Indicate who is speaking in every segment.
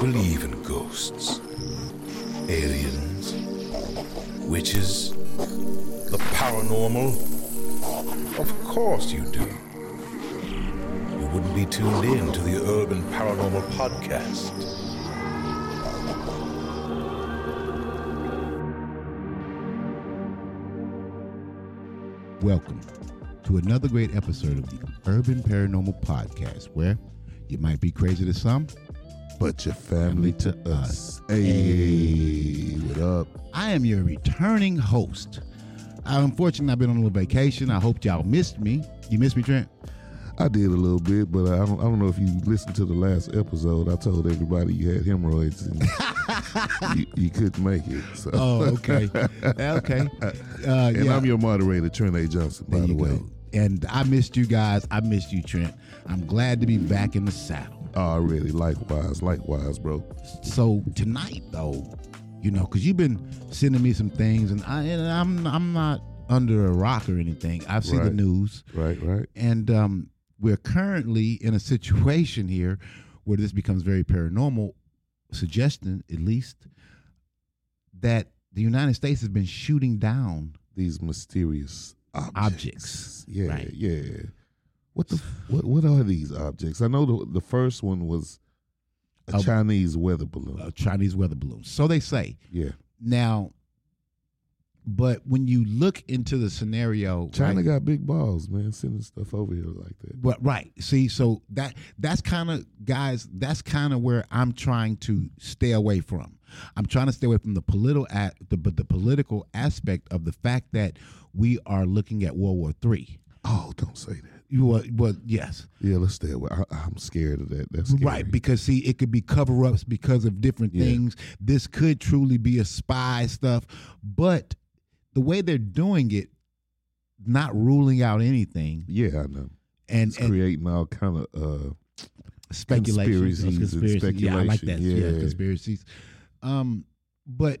Speaker 1: believe in ghosts, aliens, witches, the paranormal? Of course you do. You wouldn't be tuned in to the Urban Paranormal Podcast.
Speaker 2: Welcome to another great episode of the Urban Paranormal Podcast, where you might be crazy to some.
Speaker 3: But your family to us. Hey, what up?
Speaker 2: I am your returning host. I, unfortunately, I've been on a little vacation. I hope y'all missed me. You missed me, Trent?
Speaker 3: I did a little bit, but I don't, I don't know if you listened to the last episode. I told everybody you had hemorrhoids and you, you couldn't make it. So.
Speaker 2: Oh, okay. okay. Uh,
Speaker 3: and
Speaker 2: yeah.
Speaker 3: I'm your moderator, Trent A. Johnson, by
Speaker 2: There
Speaker 3: the
Speaker 2: you
Speaker 3: way.
Speaker 2: go. And I missed you guys. I missed you, Trent. I'm glad to be back in the saddle.
Speaker 3: Already, Oh, likewise, likewise, bro.
Speaker 2: So tonight, though, you know, because you've been sending me some things, and I and I'm I'm not under a rock or anything. I've seen the
Speaker 3: Right.
Speaker 2: news,
Speaker 3: Right, right.
Speaker 2: and um, we're currently in a situation here where this becomes very paranormal. Suggesting, at least, that the United States has been shooting down
Speaker 3: These mysterious objects.
Speaker 2: Objects,
Speaker 3: Yeah,
Speaker 2: right.
Speaker 3: yeah. What the f- what? What are these objects? I know the the first one was a
Speaker 2: A-
Speaker 3: Chinese weather balloon.
Speaker 2: uh, Chinese weather balloons. So they say.
Speaker 3: yeah,
Speaker 2: Now, but when you look into the scenario,
Speaker 3: China
Speaker 2: right,
Speaker 3: got big balls, man. Sending stuff over here like that.
Speaker 2: But right, see, so that that's kind of guys. That's kind of where I'm trying to stay away from. I'm trying to stay away from the political at the but the political aspect of the fact that we are looking at World War Three.
Speaker 3: Oh, don't say that.
Speaker 2: You were, well, yes,
Speaker 3: Yeah, let's stay away. I, I'm scared of that. That's scary.
Speaker 2: right. Because see, it could be cover ups because of different
Speaker 3: Yeah.
Speaker 2: things. This could truly be a spy stuff, but the way they're doing it, not ruling out anything
Speaker 3: Yeah, I know.
Speaker 2: and,
Speaker 3: It's
Speaker 2: and
Speaker 3: creating all kind of. uh
Speaker 2: speculation
Speaker 3: Conspiracies and
Speaker 2: Yeah, I like that.
Speaker 3: speculation,
Speaker 2: Yeah.
Speaker 3: yeah.
Speaker 2: conspiracies. Um, but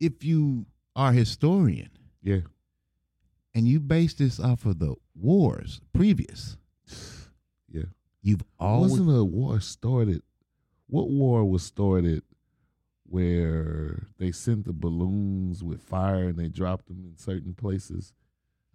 Speaker 2: if you are a historian
Speaker 3: Yeah,
Speaker 2: and you base this off of the wars previous,
Speaker 3: yeah.
Speaker 2: you've always
Speaker 3: Wasn't a war started? What war was started where they sent the balloons with fire and they dropped them in certain places?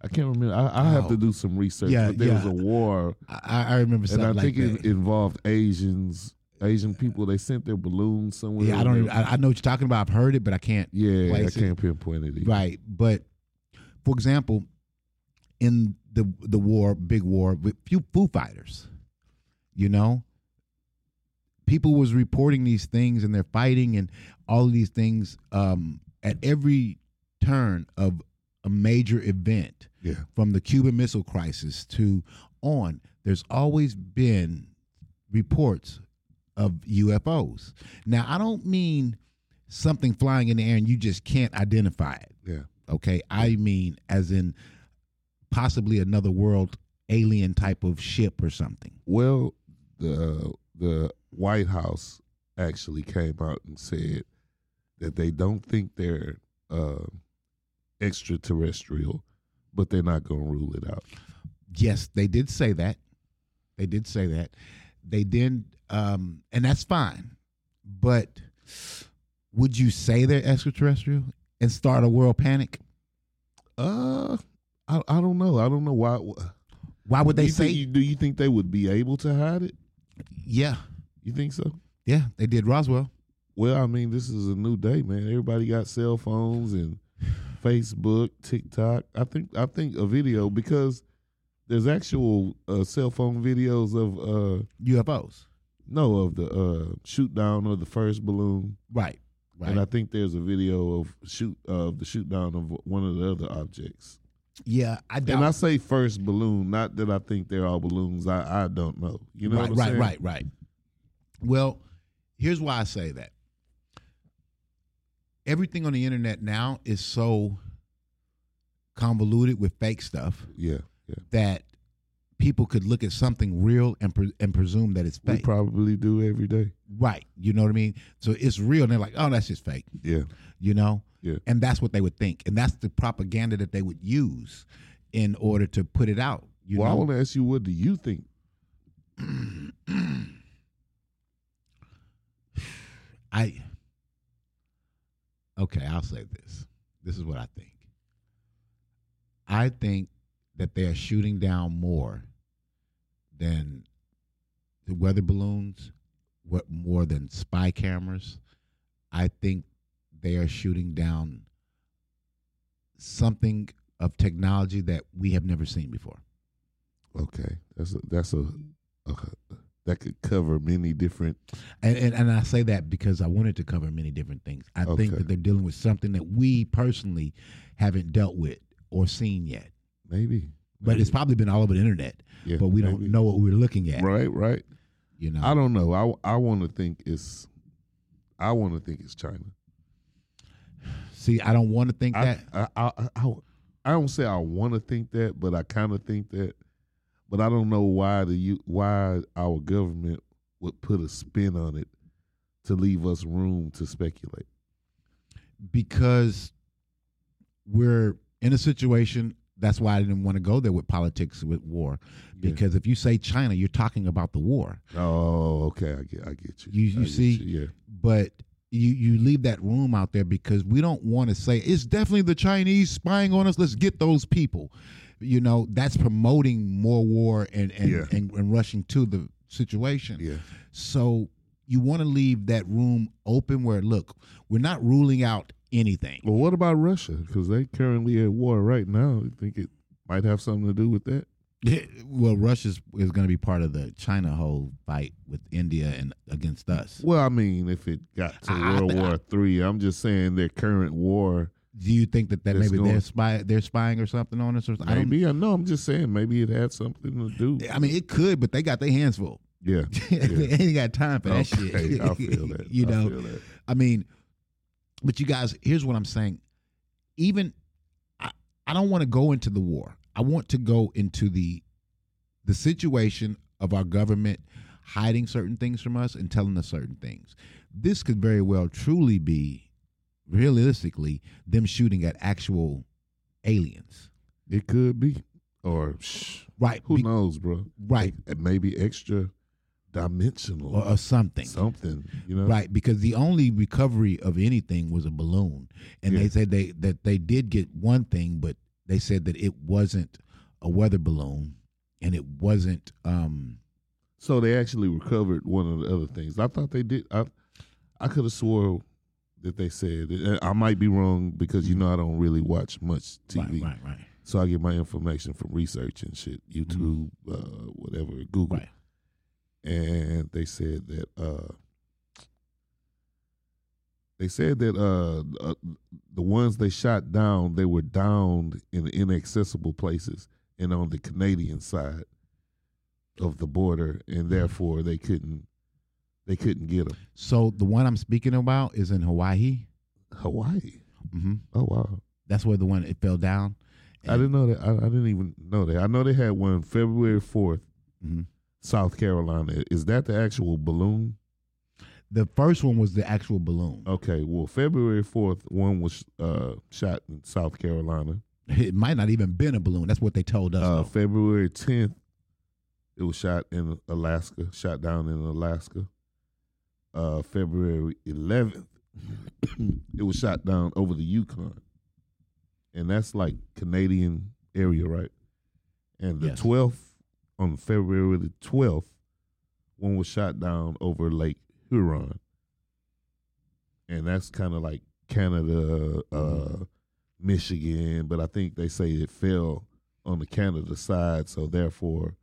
Speaker 3: I can't remember. I, I have
Speaker 2: Oh.
Speaker 3: to do some research.
Speaker 2: Yeah,
Speaker 3: but there was
Speaker 2: yeah.
Speaker 3: a war,
Speaker 2: I, I remember
Speaker 3: and
Speaker 2: something
Speaker 3: I
Speaker 2: like
Speaker 3: think
Speaker 2: that.
Speaker 3: it involved Asians, Asian people. They sent their balloons somewhere.
Speaker 2: yeah, I
Speaker 3: and
Speaker 2: don't.
Speaker 3: they-
Speaker 2: Even, I, I know what you're talking about. I've heard it, but I can't.
Speaker 3: yeah, I
Speaker 2: place it.
Speaker 3: can't pinpoint it. either.
Speaker 2: Right, but for example, in the the war, big war with few Foo Fighters, you know, people was reporting these things and they're fighting and all of these things um, at every turn of a major event,
Speaker 3: Yeah.
Speaker 2: from the Cuban Missile Crisis to on. There's always been reports of UFOs. Now, I don't mean something flying in the air and you just can't identify it.
Speaker 3: Yeah.
Speaker 2: Okay. I mean, as in possibly another world alien type of ship or something.
Speaker 3: Well, the uh, the White House actually came out and said that they don't think they're uh, extraterrestrial, but they're not going to rule it out.
Speaker 2: Yes, they did say that. They did say that. They then, um, and that's fine. But would you say they're extraterrestrial and start a world panic?
Speaker 3: Uh, I I don't know. I don't know why.
Speaker 2: Why would they
Speaker 3: You
Speaker 2: say?
Speaker 3: think- do you think they would be able to hide it?
Speaker 2: yeah,
Speaker 3: You think so?
Speaker 2: yeah, they did Roswell.
Speaker 3: Well, I mean, this is a new day, man. Everybody got cell phones and Facebook, TikTok. I think I think a video because there's actual uh, cell phone videos of uh
Speaker 2: UFOs.
Speaker 3: no of the uh shoot down of the first balloon,
Speaker 2: Right. Right.
Speaker 3: and I think there's a video of shoot of the shoot down of one of the other objects.
Speaker 2: yeah, I doubt.
Speaker 3: And I say first balloon, not that I think they're all balloons. I I don't know. You know
Speaker 2: right,
Speaker 3: what I'm
Speaker 2: right,
Speaker 3: saying?
Speaker 2: right, right. Well, here's why I say that. Everything on the internet now is so convoluted with fake stuff
Speaker 3: Yeah, yeah.
Speaker 2: that people could look at something real and pre- and presume that it's
Speaker 3: We
Speaker 2: fake.
Speaker 3: probably do every day.
Speaker 2: right. You know what I mean? So it's real and they're like, "Oh, that's just fake."
Speaker 3: Yeah,
Speaker 2: you know
Speaker 3: Yeah.
Speaker 2: and that's what they would think and that's the propaganda that they would use in order to put it out you
Speaker 3: well, I
Speaker 2: know
Speaker 3: want to ask you, what do you think?
Speaker 2: I okay, I'll say this. This is what I think. I think that they are shooting down more than the weather balloons, what more than spy cameras. I think they are shooting down something of technology that we have never seen before.
Speaker 3: Okay, that's a, that's a, a that could cover many different.
Speaker 2: And, and and I say that because I wanted to cover many different things. I think
Speaker 3: Okay.
Speaker 2: that they're dealing with something that we personally haven't dealt with or seen yet.
Speaker 3: Maybe,
Speaker 2: But it's probably been all over the internet,
Speaker 3: yeah,
Speaker 2: but we don't
Speaker 3: maybe.
Speaker 2: know what we're looking at.
Speaker 3: Right, right.
Speaker 2: You know,
Speaker 3: I don't know. I, I want to think it's, I want to think it's China.
Speaker 2: see. I don't want to think
Speaker 3: I,
Speaker 2: that.
Speaker 3: I, I, I, I don't say I want to think that, but I kind of think that. But I don't know why the U- why our government would put a spin on it to leave us room to speculate.
Speaker 2: because we're in a situation. That's why I didn't want to go there with politics with war,
Speaker 3: Yeah.
Speaker 2: because if you say China, you're talking about the war.
Speaker 3: Oh, okay, I get, I get you.
Speaker 2: You-
Speaker 3: I
Speaker 2: you
Speaker 3: get
Speaker 2: see?
Speaker 3: you, yeah,
Speaker 2: But you you leave that room out there because we don't want to say it's definitely the Chinese spying on us. Let's get those people. You know, that's promoting more war and and
Speaker 3: Yeah.
Speaker 2: and, and rushing to the situation.
Speaker 3: yeah,
Speaker 2: So you want to leave that room open where look, we're not ruling out anything.
Speaker 3: Well, what about Russia? Because they currently at war right now. You think it might have something to do with that?
Speaker 2: well, Russia's is going to be part of the China whole fight with India and against us.
Speaker 3: Well, I mean, if it got to
Speaker 2: I- I
Speaker 3: World
Speaker 2: thi-
Speaker 3: War Three, I'm just saying their current war.
Speaker 2: Do you think that, that
Speaker 3: It's
Speaker 2: maybe they're
Speaker 3: going-
Speaker 2: spy they're spying or something on us? Or something?
Speaker 3: Maybe I know. I'm just saying maybe it had something to do.
Speaker 2: I, don't, I mean, it could, but they got their hands full.
Speaker 3: Yeah.
Speaker 2: they ain't got time for that shit.
Speaker 3: I feel that.
Speaker 2: you
Speaker 3: I
Speaker 2: know,
Speaker 3: feel that.
Speaker 2: I mean, but you guys, here's what I'm saying. Even I, I don't want to go into the war. I want to go into the the situation of our government hiding certain things from us and telling us certain things. This could very well truly be realistically them shooting at actual aliens.
Speaker 3: it could be, or shh,
Speaker 2: Right.
Speaker 3: who
Speaker 2: Be-
Speaker 3: knows, bro?
Speaker 2: right.
Speaker 3: It- it may be extra dimensional,
Speaker 2: Or, or something.
Speaker 3: something. You know,
Speaker 2: Right, because the only recovery of anything was a balloon, and they
Speaker 3: Yeah.
Speaker 2: said they that they did get one thing, but they said that it wasn't a weather balloon, and it wasn't. um
Speaker 3: So they actually recovered one of the other things. I thought they did. I I could have swore that they said. it. I might be wrong because you know I don't really watch much TV,
Speaker 2: Right, right, right,
Speaker 3: so I get my information from research and shit, YouTube, uh, whatever, Google.
Speaker 2: right.
Speaker 3: and they said that uh they said that uh, uh the ones they shot down they were downed in inaccessible places and on the Canadian side of the border and therefore they couldn't they couldn't get them
Speaker 2: So the one I'm speaking about is in Hawaii.
Speaker 3: Hawaii
Speaker 2: hmm
Speaker 3: oh wow
Speaker 2: That's where the one it fell down.
Speaker 3: I didn't know that I, I didn't even know that I know they had one February 4th
Speaker 2: Mhm.
Speaker 3: South Carolina is that the actual balloon
Speaker 2: The first one was the actual balloon.
Speaker 3: Okay, well, February 4th, one was uh, shot in South Carolina.
Speaker 2: It might not even been a balloon. That's what they told us.
Speaker 3: Uh,
Speaker 2: though.
Speaker 3: February 10th, it was shot in Alaska, shot down in Alaska. Uh, February 11th, it was shot down over the Yukon. And that's like Canadian area, right? And the
Speaker 2: Yes.
Speaker 3: 12th, on February the 12th, one was shot down over Lake Huron. And that's kind of like Canada, uh, Michigan, but I think they say it fell on the Canada side, so therefore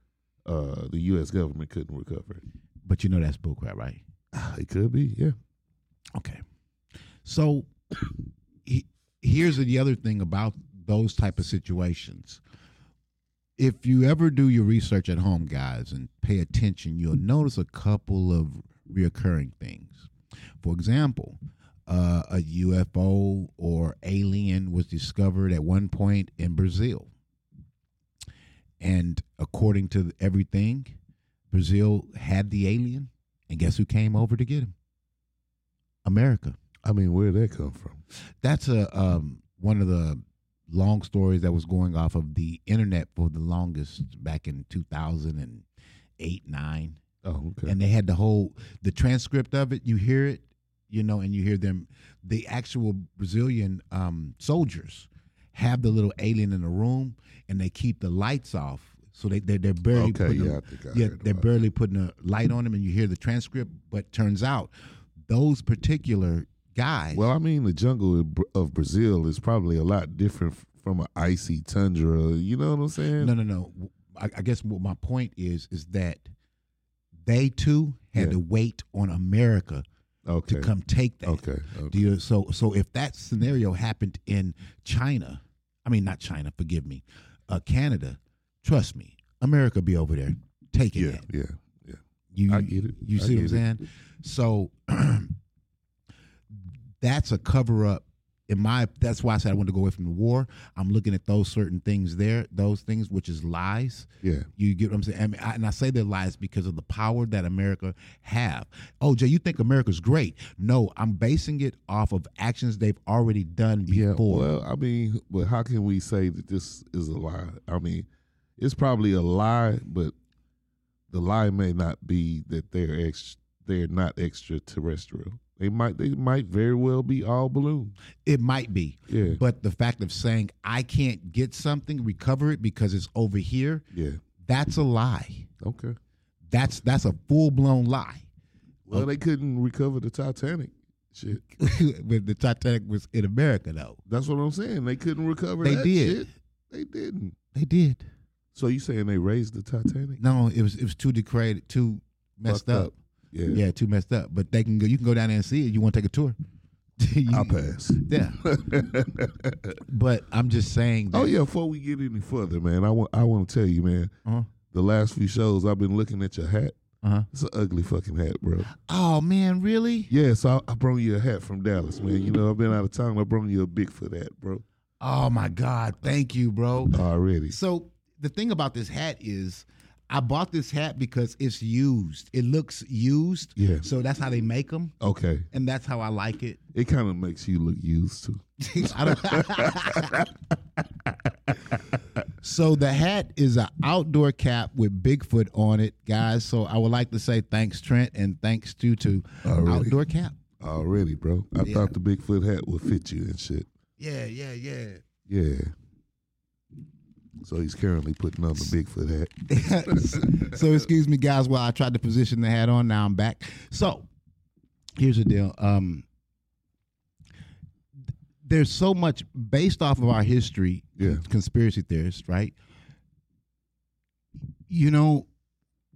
Speaker 3: uh, the U.S. government couldn't recover it.
Speaker 2: but you know that's bullcrap, right?
Speaker 3: It could be, yeah.
Speaker 2: Okay. So he, here's the other thing about those type of situations. If you ever do your research at home, guys, and pay attention, you'll notice a couple of reoccurring things. For example, uh, a UFO or alien was discovered at one point in Brazil. And according to everything, Brazil had the alien, and guess who came over to get him? America.
Speaker 3: I mean, where did that come from?
Speaker 2: That's a um, one of the long stories that was going off of the internet for the longest back in 2008 9
Speaker 3: Oh, okay. Oh,
Speaker 2: and they had the whole the transcript of it you hear it you know, and you hear them, the actual Brazilian um, soldiers have the little alien in the room, and they keep the lights off, so they they're, they're barely
Speaker 3: Okay,
Speaker 2: putting
Speaker 3: yeah,
Speaker 2: a-
Speaker 3: I think I
Speaker 2: yeah
Speaker 3: heard
Speaker 2: they're
Speaker 3: about
Speaker 2: barely putting a light on them, and you hear the transcript. But turns out those particular guys,
Speaker 3: Well, I mean, the jungle of Br- of Brazil is probably a lot different f- from an icy tundra. You know what I'm saying?
Speaker 2: no, no, no. I, I guess what my point is is that they too had
Speaker 3: Yeah.
Speaker 2: to wait on America
Speaker 3: okay.
Speaker 2: to come take that.
Speaker 3: Okay.
Speaker 2: Do
Speaker 3: okay.
Speaker 2: you, so so if that scenario happened in China, I mean not China, forgive me, uh, Canada, trust me, America be over there taking
Speaker 3: Yeah,
Speaker 2: that.
Speaker 3: yeah.
Speaker 2: You,
Speaker 3: I get it.
Speaker 2: You
Speaker 3: I
Speaker 2: see what I'm
Speaker 3: get it.
Speaker 2: saying? So that's a cover up. In my that's why I said I want to go away from the war. I'm looking at those certain things there, those things which is lies.
Speaker 3: Yeah.
Speaker 2: You get what I'm saying? I mean, I, and I say they're lies because of the power that America have. Oh, Jay, you think America's great? No, I'm basing it off of actions they've already done
Speaker 3: Yeah.
Speaker 2: before.
Speaker 3: Well, I mean, but how can we say that this is a lie? I mean, it's probably a lie, but the lie may not be that they're ex- they're not extraterrestrial. They might they might very well be all balloon.
Speaker 2: it might be,
Speaker 3: Yeah.
Speaker 2: but the fact of saying I can't get something, recover it because it's over here,
Speaker 3: yeah.
Speaker 2: that's a lie.
Speaker 3: Okay.
Speaker 2: That's that's a full blown lie.
Speaker 3: Well, they couldn't recover the Titanic. Shit.
Speaker 2: but the Titanic was in America though.
Speaker 3: That's what I'm saying. They couldn't recover.
Speaker 2: They
Speaker 3: that
Speaker 2: did.
Speaker 3: Shit. They didn't.
Speaker 2: They did.
Speaker 3: So you saying they raised the Titanic?
Speaker 2: No, it was it was too degraded, too messed
Speaker 3: Fucked
Speaker 2: up.
Speaker 3: Yeah.
Speaker 2: Yeah, too messed up. But they can go. You can go down there and see it. You want to take a tour? You-
Speaker 3: I'll pass.
Speaker 2: Yeah, but I'm just saying. That,
Speaker 3: oh yeah. Before we get any further, man, I want I want to tell you, man.
Speaker 2: Uh-huh.
Speaker 3: The last few shows, I've been looking at your hat.
Speaker 2: Uh-huh.
Speaker 3: It's an ugly fucking hat, bro.
Speaker 2: Oh man, really?
Speaker 3: Yeah, so I, I brought you a hat from Dallas, man. You know I've been out of town. I brought you a Bigfoot hat, bro.
Speaker 2: Oh my God, thank you, bro.
Speaker 3: Already.
Speaker 2: So the thing about this hat is, I bought this hat because it's used. It looks used.
Speaker 3: Yeah.
Speaker 2: So that's how they make them,
Speaker 3: Okay.
Speaker 2: and that's how I like it.
Speaker 3: It kind of makes you look used to.
Speaker 2: I don't- so the hat is an outdoor cap with Bigfoot on it, guys. So I would like to say thanks, Trent, and thanks to to
Speaker 3: really?
Speaker 2: outdoor cap.
Speaker 3: Already, bro. I
Speaker 2: Yeah.
Speaker 3: thought the Bigfoot hat would fit you and shit.
Speaker 2: Yeah, yeah, yeah.
Speaker 3: Yeah. So he's currently putting on the Bigfoot hat.
Speaker 2: so excuse me, guys, while I tried to position the hat on. Now I'm back. So here's the deal. Um, there's so much based off of our history,
Speaker 3: Yeah.
Speaker 2: conspiracy theorists, right? You know,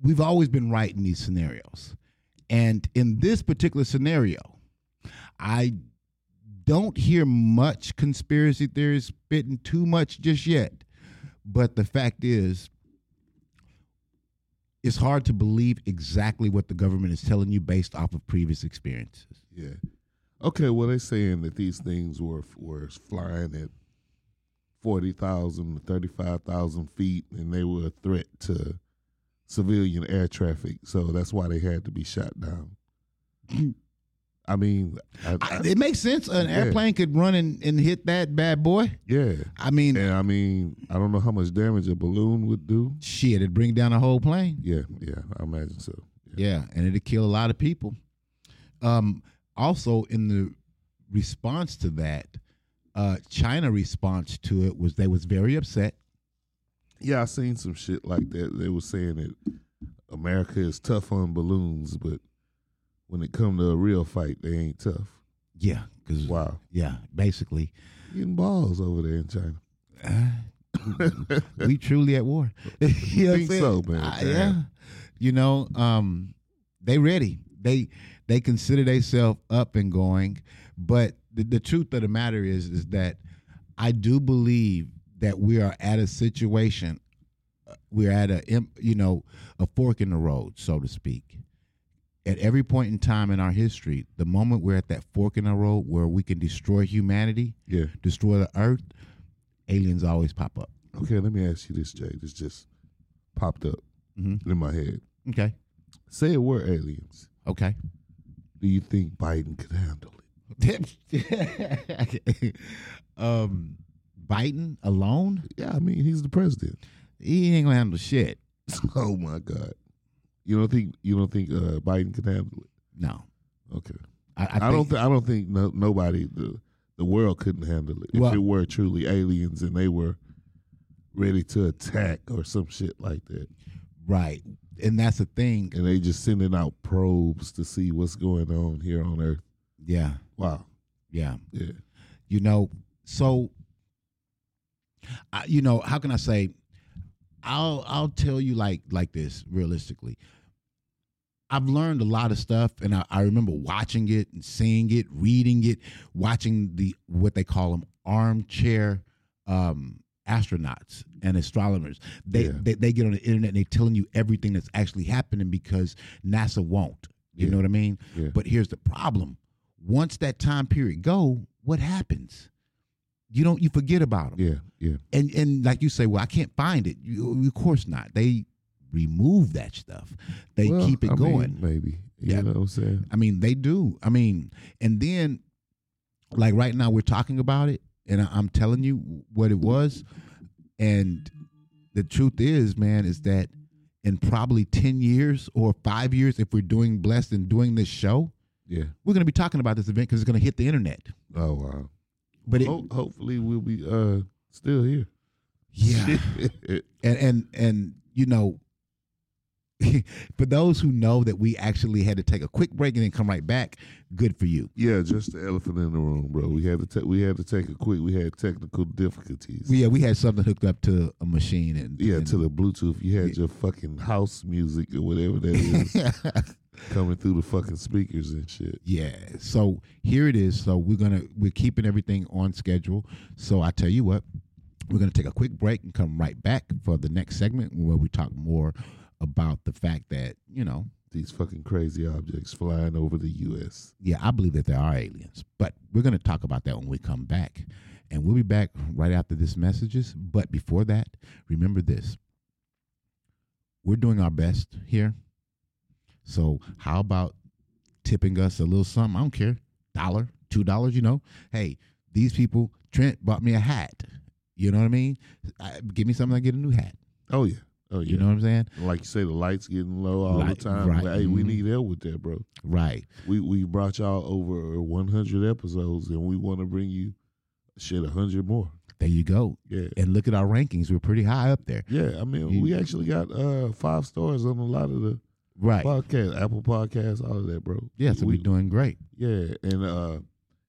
Speaker 2: we've always been right in these scenarios. And in this particular scenario, I don't hear much conspiracy theories spitting too much just yet. But the fact is, it's hard to believe exactly what the government is telling you based off of previous experiences.
Speaker 3: Yeah. Okay. Well, they're saying that these things were were flying at forty thousand to thirty five thousand feet, and they were a threat to civilian air traffic. So that's why they had to be shot down. I mean, I, I-
Speaker 2: It makes sense. An
Speaker 3: Yeah.
Speaker 2: airplane could run and, and hit that bad boy.
Speaker 3: yeah,
Speaker 2: I mean,
Speaker 3: and I mean, I don't know how much damage a balloon would do.
Speaker 2: shit, it'd bring down a whole plane.
Speaker 3: Yeah, yeah, I imagine so.
Speaker 2: Yeah, and it'd kill a lot of people. Um, also, in the response to that, uh, China response to it was they was very upset.
Speaker 3: Yeah, I seen some shit like that. They were saying that America is tough on balloons, but when it come to a real fight, they ain't tough.
Speaker 2: Yeah, because
Speaker 3: Wow.
Speaker 2: yeah, basically,
Speaker 3: Getting balls over there in China.
Speaker 2: we truly at war. you know what I'm
Speaker 3: Think
Speaker 2: saying?
Speaker 3: so, man.
Speaker 2: Ah,
Speaker 3: Damn.
Speaker 2: yeah, you know, um, they ready. They they consider themselves up and going, but the, the truth of the matter is is that I do believe that we are at a situation. uh, We're at a im- you know a fork in the road, so to speak. At every point in time in our history, the moment we're at that fork in the road where we can destroy humanity,
Speaker 3: Yeah.
Speaker 2: destroy the earth, aliens always pop up.
Speaker 3: Okay, let me ask you this, Jay. This just popped up
Speaker 2: Mhm.
Speaker 3: in my head.
Speaker 2: Okay.
Speaker 3: Say it were aliens.
Speaker 2: Okay.
Speaker 3: Do you think Biden could handle it?
Speaker 2: um, Biden alone,
Speaker 3: Yeah, I mean, he's the president.
Speaker 2: he ain't gonna handle shit.
Speaker 3: oh my God. You don't think you don't think uh, Biden could handle it?
Speaker 2: No,
Speaker 3: Okay.
Speaker 2: I, I,
Speaker 3: I, don't.
Speaker 2: think-
Speaker 3: Th- I don't think no, nobody the the world couldn't handle it if
Speaker 2: Well-
Speaker 3: it were truly aliens and they were ready to attack or some shit like that,
Speaker 2: right, and that's the thing.
Speaker 3: and they just sending out probes to see what's going on here on Earth.
Speaker 2: Yeah,
Speaker 3: Wow.
Speaker 2: yeah.
Speaker 3: Yeah.
Speaker 2: you know so I, you know how can i say i'll i'll tell you like like this realistically i've learned a lot of stuff and i, I remember watching it and seeing it reading it watching the what they call them armchair um astronauts and astronomers they,
Speaker 3: Yeah.
Speaker 2: they they get on the internet and they're telling you everything that's actually happening because nasa won't you
Speaker 3: Yeah.
Speaker 2: know what i mean
Speaker 3: Yeah.
Speaker 2: but here's the problem: once that time period go, what happens? You don't. You forget about them.
Speaker 3: Yeah. Yeah.
Speaker 2: And and like you say, well, I can't find it. You, of course not. They remove that stuff. They
Speaker 3: Well,
Speaker 2: keep it
Speaker 3: I mean,
Speaker 2: going.
Speaker 3: maybe. You
Speaker 2: Yeah.
Speaker 3: know what I'm saying?
Speaker 2: I mean, they do. I mean, and then like right now we're talking about it, and I, I'm telling you what it was. And the truth is, man, is that in probably ten years or five years, if we're doing blessed and doing this show,
Speaker 3: Yeah.
Speaker 2: we're going to be talking about this event because it's going to hit the internet.
Speaker 3: Oh wow.
Speaker 2: But it,
Speaker 3: Ho- hopefully we'll be uh still here.
Speaker 2: yeah, and and and you know, for those who know that we actually had to take a quick break and then come right back, good for you.
Speaker 3: yeah, just the elephant in the room, bro. We had to ta- we had to take a quick. We had technical difficulties.
Speaker 2: Yeah, we had something hooked up to a machine and
Speaker 3: yeah,
Speaker 2: and-
Speaker 3: to the Bluetooth. You had your fucking house music or whatever that is coming through the fucking speakers and shit.
Speaker 2: yeah. So here it is. So we're gonna we're keeping everything on schedule. So I tell you what, we're gonna take a quick break and come right back for the next segment where we talk more about the fact that you know
Speaker 3: These fucking crazy objects flying over the U.S.
Speaker 2: yeah, I believe that there are aliens, but we're going to talk about that when we come back. And we'll be back right after this messages. But before that, remember this. We're doing our best here. So how about tipping us a little something? I don't care. Dollar, two dollars, you know. Hey, these people, Trent bought me a hat. You know what I mean? I, give me something, I get a new hat.
Speaker 3: Oh yeah, oh yeah.
Speaker 2: You know what I'm saying?
Speaker 3: like you say, the lights getting low all
Speaker 2: Light-
Speaker 3: the time.
Speaker 2: right,
Speaker 3: Like, hey, we
Speaker 2: mhm.
Speaker 3: need help with that, bro.
Speaker 2: Right.
Speaker 3: We we brought y'all over 100 episodes, and we want to bring you shit 100 more.
Speaker 2: There you go.
Speaker 3: Yeah,
Speaker 2: And look at our rankings. We're pretty high up there.
Speaker 3: yeah. I mean,
Speaker 2: You-
Speaker 3: we actually got uh five stars on a lot of the
Speaker 2: Right.
Speaker 3: podcasts, Apple Podcasts, all of that, bro.
Speaker 2: yeah, so
Speaker 3: we
Speaker 2: we're doing great.
Speaker 3: yeah. And uh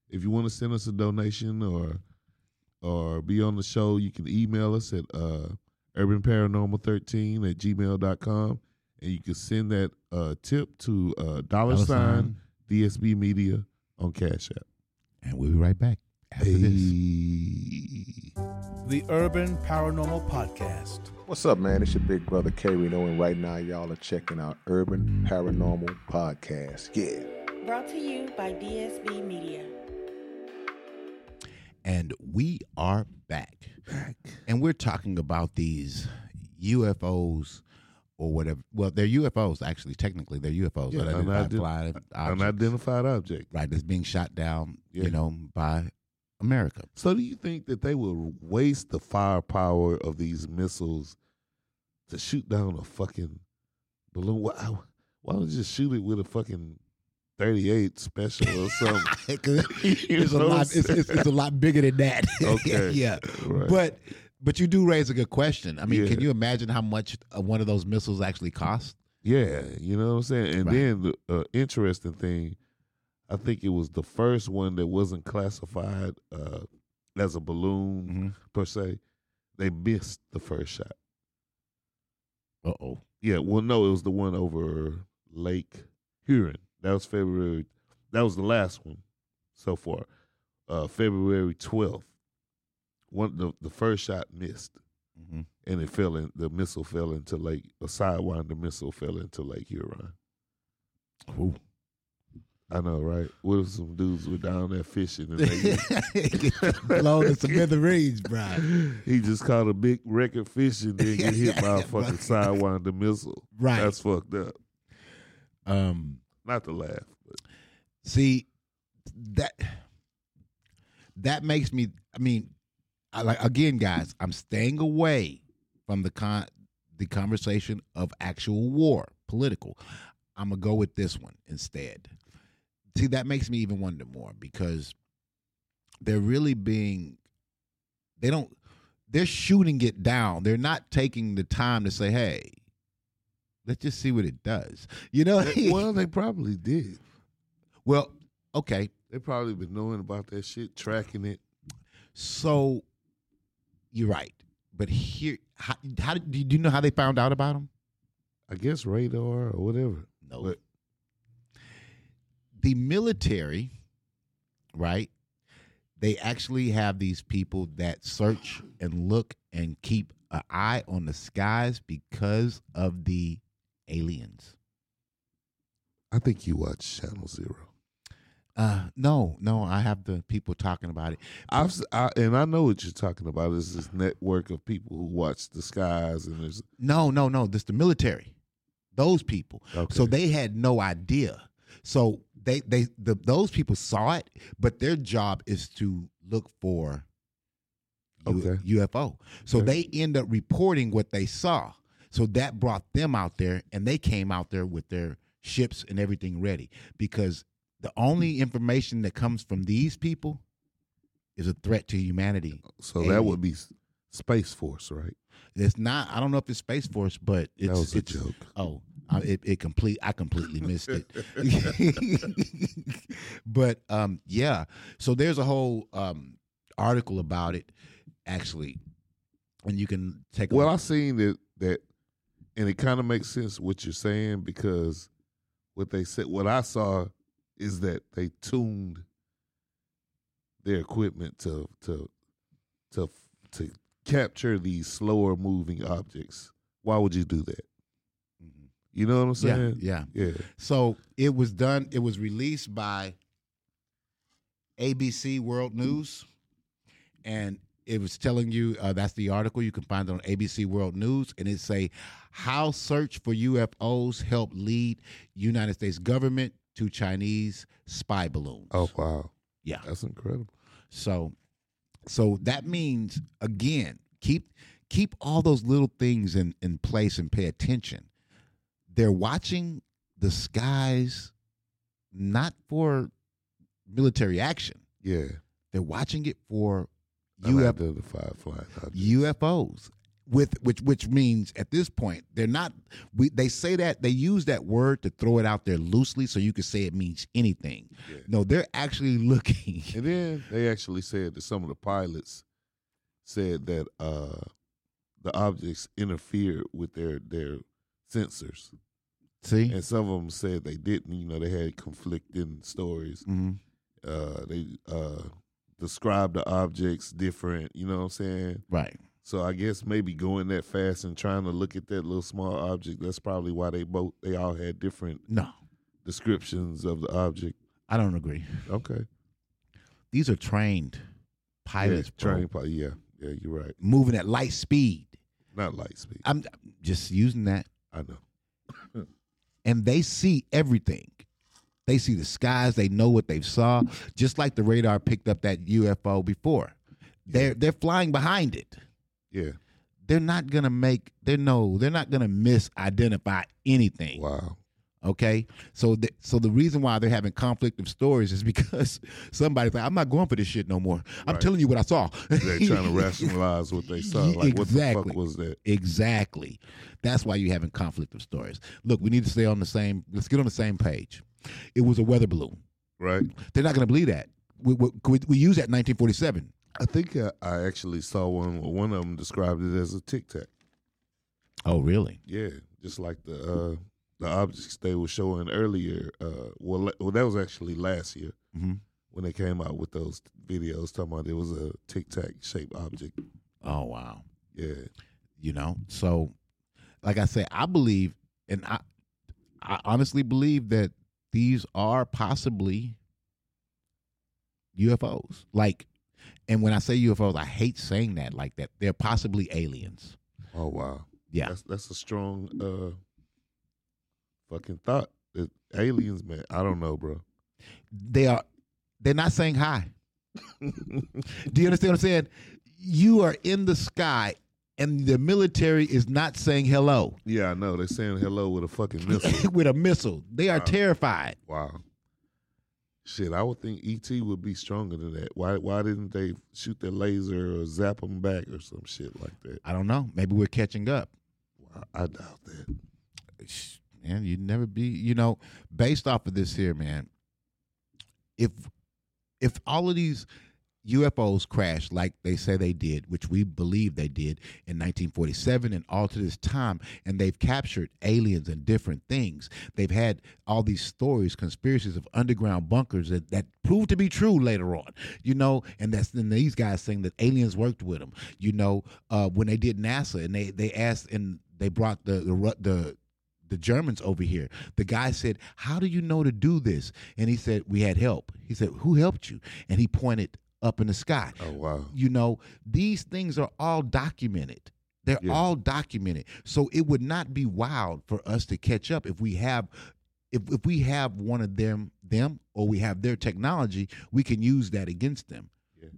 Speaker 3: if you want to send us a donation or or be on the show, you can email us at uh urbanparanormal13 at gmail.com. And you can send that uh, tip to uh, dollar,
Speaker 2: Dollar
Speaker 3: sign,
Speaker 2: sign.
Speaker 3: DSB Media on Cash App.
Speaker 2: And we'll be right back after this.
Speaker 3: Hey.
Speaker 1: The Urban Paranormal Podcast.
Speaker 4: What's up, man? It's your big brother K Reno, and right now y'all are checking out Urban Paranormal Podcast. Yeah.
Speaker 5: Brought to you by DSB Media.
Speaker 2: And we are back. And we're talking about these UFOs or whatever. Well, they're UFOs, actually, technically. They're UFOs.
Speaker 3: Yeah,
Speaker 2: unidentified
Speaker 3: unident-
Speaker 2: flying objects,
Speaker 3: Unidentified object.
Speaker 2: Right, that's being shot down,
Speaker 3: Yeah.
Speaker 2: you know, by America.
Speaker 3: So, do you think that they will waste the firepower of these missiles to shoot down a fucking balloon? Why, why don't you just shoot it with a fucking 38 special or something? You
Speaker 2: it's, a
Speaker 3: know what I'm
Speaker 2: lot, it's, it's, it's a lot bigger than that.
Speaker 3: Okay.
Speaker 2: yeah.
Speaker 3: Right.
Speaker 2: But but you do raise a good question. I mean,
Speaker 3: Yeah.
Speaker 2: can you imagine how much uh, one of those missiles actually cost?
Speaker 3: Yeah, you know what I'm saying? And
Speaker 2: Right.
Speaker 3: then the uh, interesting thing, I think it was the first one that wasn't classified uh, as a balloon
Speaker 2: Mm-hmm.
Speaker 3: per se. They missed the first shot.
Speaker 2: Uh oh.
Speaker 3: Yeah, well, no, it was the one over Lake Huron. That was February. That was the last one so far. Uh, February twelfth. One the the first shot missed,
Speaker 2: Mm-hmm.
Speaker 3: and it fell in. The missile fell into Lake. A sidewinder missile fell into Lake Huron.
Speaker 2: Ooh.
Speaker 3: I know, right? What if some dudes were down there fishing and they,
Speaker 2: Blown to smithereens, bro.
Speaker 3: he just caught a big record fish and then get hit by a fucking sidewinder missile?
Speaker 2: Right.
Speaker 3: That's fucked up.
Speaker 2: um,
Speaker 3: Not to laugh, but
Speaker 2: see that that makes me. I mean, I, like again, guys, I'm staying away from the con the conversation of actual war, political. I'm gonna go with this one instead. see that makes me even wonder more because they're really being they don't they're shooting it down. They're not taking the time to say, "Hey, let's just see what it does." You know?
Speaker 3: They- well, they probably did.
Speaker 2: well, okay.
Speaker 3: They probably been knowing about that shit, tracking it.
Speaker 2: So you're right. But here how, how did do you know how they found out about him?
Speaker 3: I guess radar or whatever.
Speaker 2: No.
Speaker 3: But-
Speaker 2: the military, right? They actually have these people that search and look and keep an eye on the skies because of the aliens.
Speaker 3: I think you watch Channel Zero.
Speaker 2: Uh, no, no, I have the people talking about it.
Speaker 3: I've s- I, and I know what you're talking about. Is this network of people who watch the skies and there's
Speaker 2: No, no, no, this the military. Those people.
Speaker 3: okay.
Speaker 2: So they had no idea. So they they the, those people saw it, but their job is to look for U-
Speaker 3: Okay.
Speaker 2: UFO. So they end up reporting what they saw. So that brought them out there, and they came out there with their ships and everything ready because the only information that comes from these people is a threat to humanity.
Speaker 3: so that would be s- Space Force, right?
Speaker 2: It's not. I don't know if it's Space Force, but it's
Speaker 3: that was a
Speaker 2: it's,
Speaker 3: joke.
Speaker 2: Oh, I, it, it complete. I completely missed it. but um, yeah, so there's a whole um, article about it, actually, and you can take. a
Speaker 3: Well, I
Speaker 2: look.
Speaker 3: seen that that, and it kind of makes sense what you're saying because what they said, what I saw, is that they tuned their equipment to to to to capture these slower moving objects. Why would you do that?
Speaker 2: Mhm.
Speaker 3: You know what I'm
Speaker 2: yeah,
Speaker 3: saying?
Speaker 2: yeah.
Speaker 3: Yeah.
Speaker 2: So it was done. It was released by ABC World News, and it was telling you uh, that's the article you can find it on ABC World News, and it say how search for UFOs help lead United States government to Chinese spy balloons.
Speaker 3: Oh wow,
Speaker 2: yeah.
Speaker 3: that's incredible.
Speaker 2: So, so that means again, keep keep all those little things in in place and pay attention. They're watching the skies, not for military action.
Speaker 3: Yeah,
Speaker 2: They're watching it for UFO,
Speaker 3: unidentified flying object.
Speaker 2: UFOs. With which which means at this point they're not we they say that they use that word to throw it out there loosely so you could say it means anything.
Speaker 3: Yeah.
Speaker 2: No, they're actually looking.
Speaker 3: And then they actually said that some of the pilots said that uh, the objects interfered with their their sensors,
Speaker 2: See?
Speaker 3: and some of them said they didn't. You know, they had conflicting stories.
Speaker 2: hmm
Speaker 3: Uh, they uh, described the objects different. You know what I'm saying?
Speaker 2: Right.
Speaker 3: So I guess maybe going that fast and trying to look at that little small object. That's probably why they both they all had different
Speaker 2: No.
Speaker 3: descriptions of the object.
Speaker 2: I don't agree.
Speaker 3: Okay,
Speaker 2: These are trained pilots,
Speaker 3: yeah,
Speaker 2: bro,
Speaker 3: train pilot. Yeah, yeah, you're right.
Speaker 2: moving at light speed.
Speaker 3: Not light speed.
Speaker 2: I'm just using that,
Speaker 3: I know.
Speaker 2: and they see everything. They see the skies. They know what they've saw. Just like the radar picked up that UFO before. They're they're flying behind it.
Speaker 3: Yeah.
Speaker 2: They're not gonna make. They no. They're not gonna misidentify anything.
Speaker 3: Wow.
Speaker 2: Okay, so th- so the reason why they're having conflict of stories is because somebody's like, I'm not going for this shit no more. I'm
Speaker 3: Right.
Speaker 2: telling you what I saw.
Speaker 3: They're trying to rationalize what they saw.
Speaker 2: Yeah,
Speaker 3: Like, what the
Speaker 2: exactly.
Speaker 3: fuck was that?
Speaker 2: Exactly. That's why you're having conflict of stories. Look, we need to stay on the same. Let's get on the same page. It was a weather balloon.
Speaker 3: Right.
Speaker 2: They're not going to believe that. We, we, we, we use that in 1947.
Speaker 3: I think I, I actually saw one. where One of them described it as a tic tac.
Speaker 2: Oh, really?
Speaker 3: Yeah, just like the uh, the objects they were showing earlier. Uh, well, la- well, that was actually last year
Speaker 2: hmm
Speaker 3: when they came out with those videos talking about it was a tic tac shaped object.
Speaker 2: Oh, wow.
Speaker 3: Yeah.
Speaker 2: You know, so like I say, I believe, and I, I honestly believe that these are possibly UFOs. Like, and when I say UFOs, I hate saying that like that. They're possibly aliens.
Speaker 3: Oh wow.
Speaker 2: Yeah.
Speaker 3: That's that's a strong uh, fucking thought. That aliens, man. I don't know, bro.
Speaker 2: they are they're not saying hi. Do you understand what I'm saying? You are in the sky and the military is not saying hello
Speaker 3: Yeah, I know. They're saying hello with a fucking missile.
Speaker 2: with a missile. They are terrified.
Speaker 3: Wow. Shit, I would think ET would be stronger than that. Why? Why didn't they shoot their laser or zap them back or some shit like that?
Speaker 2: I don't know. Maybe we're catching up.
Speaker 3: I, I doubt that.
Speaker 2: Sh- Man, you'd never be, you know, based off of this here, man. If if all of these UFOs crashed like they say they did, which we believe they did in 1947 and all to this time, and they've captured aliens and different things. They've had all these stories, conspiracies of underground bunkers that, that proved to be true later on, you know, and that's then these guys saying that aliens worked with them, you know, uh, when they did NASA and they, they asked and they brought the, the, Ru- the, the Germans over here. The guy said, How do you know to do this? And he said, We had help. He said, Who helped you? And he pointed up in the sky.
Speaker 3: Oh wow.
Speaker 2: You know, these things are all documented. They're
Speaker 3: Yeah.
Speaker 2: all documented. So it would not be wild for us to catch up if we have if, if we have one of them them or we have their technology, we can use that against them.
Speaker 3: Yeah.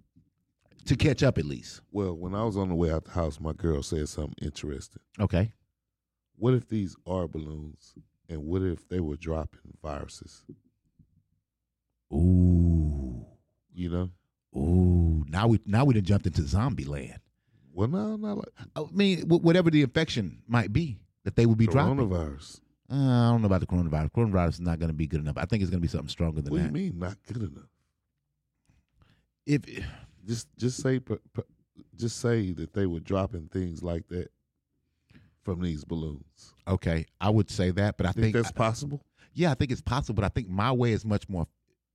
Speaker 2: To catch up at least.
Speaker 3: Well, when I was on the way out the house, my girl said something interesting.
Speaker 2: Okay.
Speaker 3: What if these are balloons? And what if they were dropping viruses?
Speaker 2: Ooh.
Speaker 3: You know?
Speaker 2: Ooh. Now we now we done jumped into zombie land.
Speaker 3: Well, no, not like
Speaker 2: I mean, wh- whatever the infection might be that they would be dropping.
Speaker 3: coronavirus.
Speaker 2: Uh, I don't know about the coronavirus. Coronavirus is not going to be good enough. I think it's going to be something stronger than
Speaker 3: What do you
Speaker 2: that.
Speaker 3: mean not good enough?
Speaker 2: If
Speaker 3: Just just say per- per- just say that they were dropping things like that from these balloons.
Speaker 2: okay, I would say that, but I
Speaker 3: Think,
Speaker 2: think,
Speaker 3: that's possible?
Speaker 2: yeah, I think it's possible. But I think my way is much more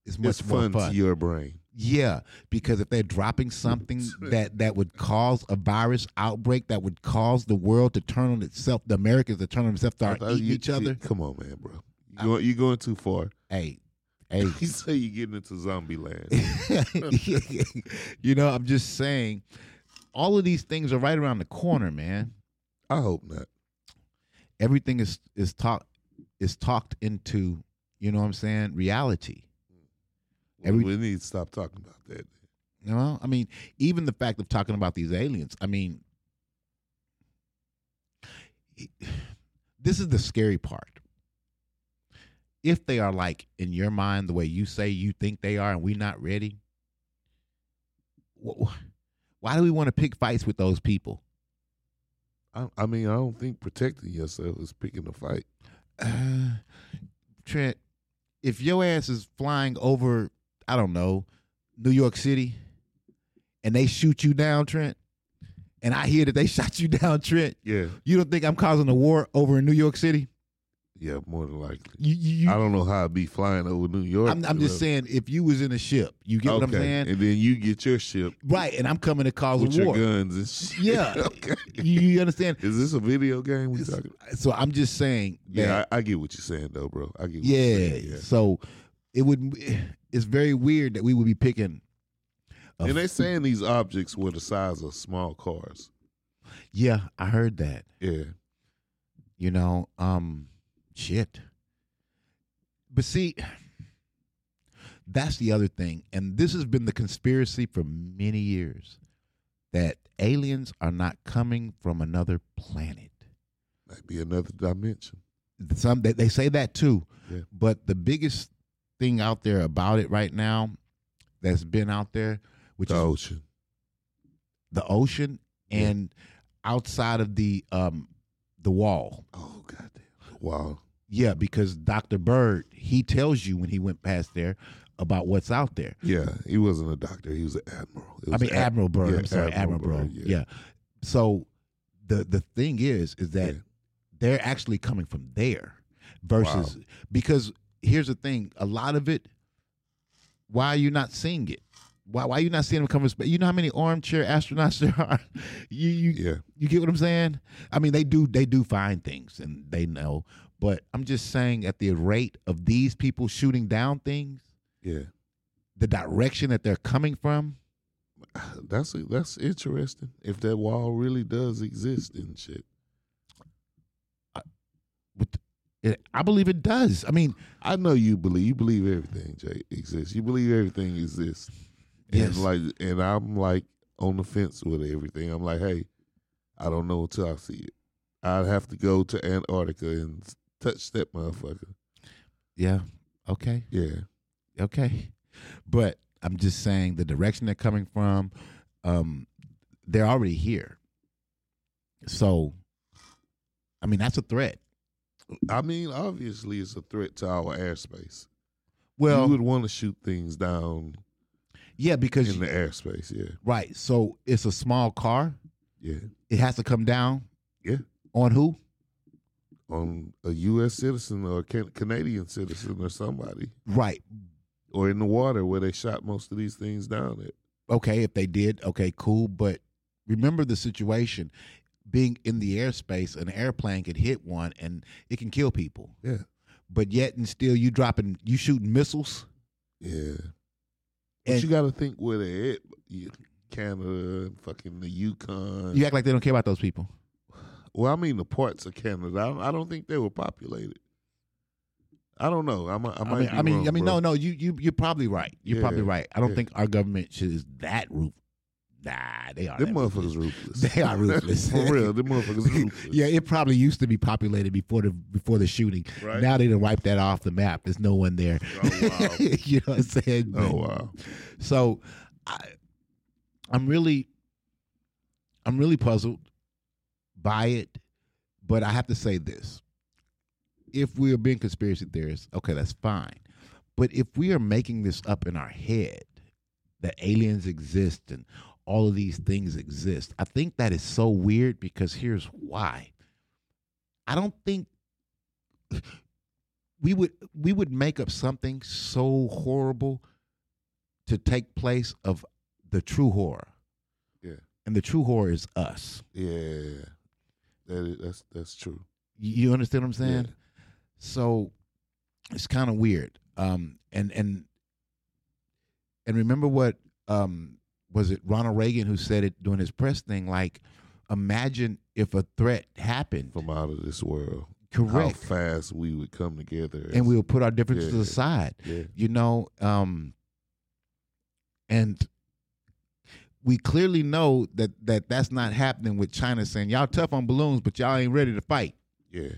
Speaker 2: is much
Speaker 3: it's
Speaker 2: more
Speaker 3: fun,
Speaker 2: fun.
Speaker 3: to your brain.
Speaker 2: Yeah, because if they're dropping something that that would cause a virus outbreak, that would cause the world to turn on itself, the Americans to turn on themselves,
Speaker 3: I
Speaker 2: start
Speaker 3: thought
Speaker 2: eating
Speaker 3: you-
Speaker 2: each other.
Speaker 3: Come on, man, bro. You going, you going too far.
Speaker 2: Hey, hey,
Speaker 3: You say you're getting into zombie land.
Speaker 2: you know, I'm just saying, all of these things are right around the corner, man.
Speaker 3: I hope not.
Speaker 2: Everything is is talked is talked into, you know what I'm saying, reality. Every-
Speaker 3: we need to stop talking about that.
Speaker 2: You know, I mean, even the fact of talking about these aliens. I mean, this is the scary part. If they are like in your mind the way you say you think they are, and we're not ready, wh- wh- why do we want to pick fights with those people?
Speaker 3: I, I mean, I don't think protecting yourself is picking a fight.
Speaker 2: Uh, Trent, if your ass is flying over, I don't know, New York City, and they shoot you down, Trent, and I hear that they shot you down, Trent,
Speaker 3: Yeah,
Speaker 2: you don't think I'm causing a war over in New York City?
Speaker 3: yeah, more than likely.
Speaker 2: You, you, you
Speaker 3: I don't know how I'd be flying over New York.
Speaker 2: I'm, I'm just saying, if you was in a ship, you get what I'm
Speaker 3: Okay,
Speaker 2: saying,
Speaker 3: And then you get your ship
Speaker 2: right? And I'm coming to cause
Speaker 3: with
Speaker 2: a
Speaker 3: your
Speaker 2: war.
Speaker 3: guns and shit.
Speaker 2: Yeah.
Speaker 3: okay.
Speaker 2: You, you understand?
Speaker 3: Is this a video game we
Speaker 2: It's-
Speaker 3: talking?
Speaker 2: So I'm just saying that.
Speaker 3: Yeah, I, I get what you're saying though, bro. I get. What
Speaker 2: Yeah.
Speaker 3: You're saying, yeah.
Speaker 2: So it would. It's very weird that we would be picking. a
Speaker 3: And they saying these objects were the size of small cars.
Speaker 2: Yeah, I heard that.
Speaker 3: Yeah.
Speaker 2: You know, um, shit. But see, that's the other thing, and this has been the conspiracy for many years that aliens are not coming from another planet.
Speaker 3: Might be another dimension.
Speaker 2: Some they, they say that too,
Speaker 3: Yeah.
Speaker 2: but the biggest thing out there about it right now that's been out there, which
Speaker 3: The
Speaker 2: is
Speaker 3: ocean.
Speaker 2: the ocean and outside of the um the wall.
Speaker 3: Oh goddamn! Wow.
Speaker 2: Yeah, because Dr. Bird, he tells you when he went past there about what's out there.
Speaker 3: Yeah, he wasn't a doctor. He was an admiral. It
Speaker 2: I
Speaker 3: was
Speaker 2: mean,
Speaker 3: an ad-
Speaker 2: Admiral Bird.
Speaker 3: yeah,
Speaker 2: I'm sorry, Admiral,
Speaker 3: Admiral
Speaker 2: Bird.
Speaker 3: Byrd,
Speaker 2: Yeah.
Speaker 3: yeah.
Speaker 2: So the the thing is, is that
Speaker 3: Yeah.
Speaker 2: they're actually coming from there versus because here's the thing: a lot of it. Why are you not seeing it? Why why are you not seeing them coming? from space? You know how many armchair astronauts there are. You you
Speaker 3: Yeah.
Speaker 2: you get what I'm saying? I mean, they do they do find things and they know, but I'm just saying at the rate of these people shooting down things,
Speaker 3: Yeah.
Speaker 2: the direction that they're coming from,
Speaker 3: That's that's interesting. If that wall really does exist and shit,
Speaker 2: with- it, I believe it does. I mean,
Speaker 3: I know you believe you believe everything Jay exists. You believe everything exists. And
Speaker 2: Yes.
Speaker 3: like, and I'm like on the fence with everything. I'm like, hey, I don't know until I see it. I'd have to go to Antarctica and s- touch that motherfucker.
Speaker 2: yeah, okay.
Speaker 3: Yeah,
Speaker 2: okay. But I'm just saying the direction they're coming from, um, they're already here. So, I mean, that's a threat.
Speaker 3: I mean, obviously, it's a threat to our airspace.
Speaker 2: Well,
Speaker 3: you would want to shoot things down
Speaker 2: yeah, because
Speaker 3: in the airspace. Yeah,
Speaker 2: right. So it's a small car.
Speaker 3: yeah.
Speaker 2: It has to come down.
Speaker 3: Yeah.
Speaker 2: On who?
Speaker 3: On a U.S. citizen or a Can- Canadian citizen or somebody,
Speaker 2: Right.
Speaker 3: or in the water where they shot most of these things down at.
Speaker 2: Okay, if they did, okay, cool. But remember the situation. Being in the airspace, an airplane could hit one and it can kill people.
Speaker 3: Yeah.
Speaker 2: But yet and still you dropping you shooting missiles.
Speaker 3: Yeah, but
Speaker 2: And
Speaker 3: you got to think where they at. You- Canada, fucking the Yukon.
Speaker 2: you act like they don't care about those people.
Speaker 3: Well, I mean the parts of Canada. I don't, I don't think they were populated. I don't know. I might. I, might
Speaker 2: I mean,
Speaker 3: be
Speaker 2: I mean,
Speaker 3: wrong,
Speaker 2: I mean,
Speaker 3: bro.
Speaker 2: no, no, you you you're probably right. You're
Speaker 3: Yeah,
Speaker 2: probably right. I don't
Speaker 3: yeah.
Speaker 2: think our government should is that ruthless. Nah, they are. that
Speaker 3: Them motherfuckers
Speaker 2: ruthless.
Speaker 3: ruthless.
Speaker 2: They are ruthless.
Speaker 3: For real, them motherfuckers ruthless.
Speaker 2: yeah, it probably used to be populated before the before the shooting.
Speaker 3: Right.
Speaker 2: Now they done wiped that off the map. There's no one there.
Speaker 3: Oh, wow.
Speaker 2: you know what I'm saying?
Speaker 3: Oh wow.
Speaker 2: So I I'm really I'm really puzzled by it, but I have to say this. If we are being conspiracy theorists, okay, that's fine. But if we are making this up in our head that aliens exist and all of these things exist, I think that is so weird because here's why. I don't think we would we would make up something so horrible to take place of the true horror.
Speaker 3: Yeah.
Speaker 2: And the true horror is us.
Speaker 3: Yeah. That is, that's that's true.
Speaker 2: You you understand what I'm saying?
Speaker 3: Yeah.
Speaker 2: So it's kind of weird. Um and and and remember what um was it Ronald Reagan who said it during his press thing like imagine if a threat happened.
Speaker 3: From out of this world.
Speaker 2: Correct.
Speaker 3: How fast we would come together.
Speaker 2: and we'll put our differences
Speaker 3: Yeah.
Speaker 2: aside.
Speaker 3: Yeah.
Speaker 2: you know um and we clearly know that that that's not happening with china saying y'all tough on balloons but y'all ain't ready to fight
Speaker 3: Yeah.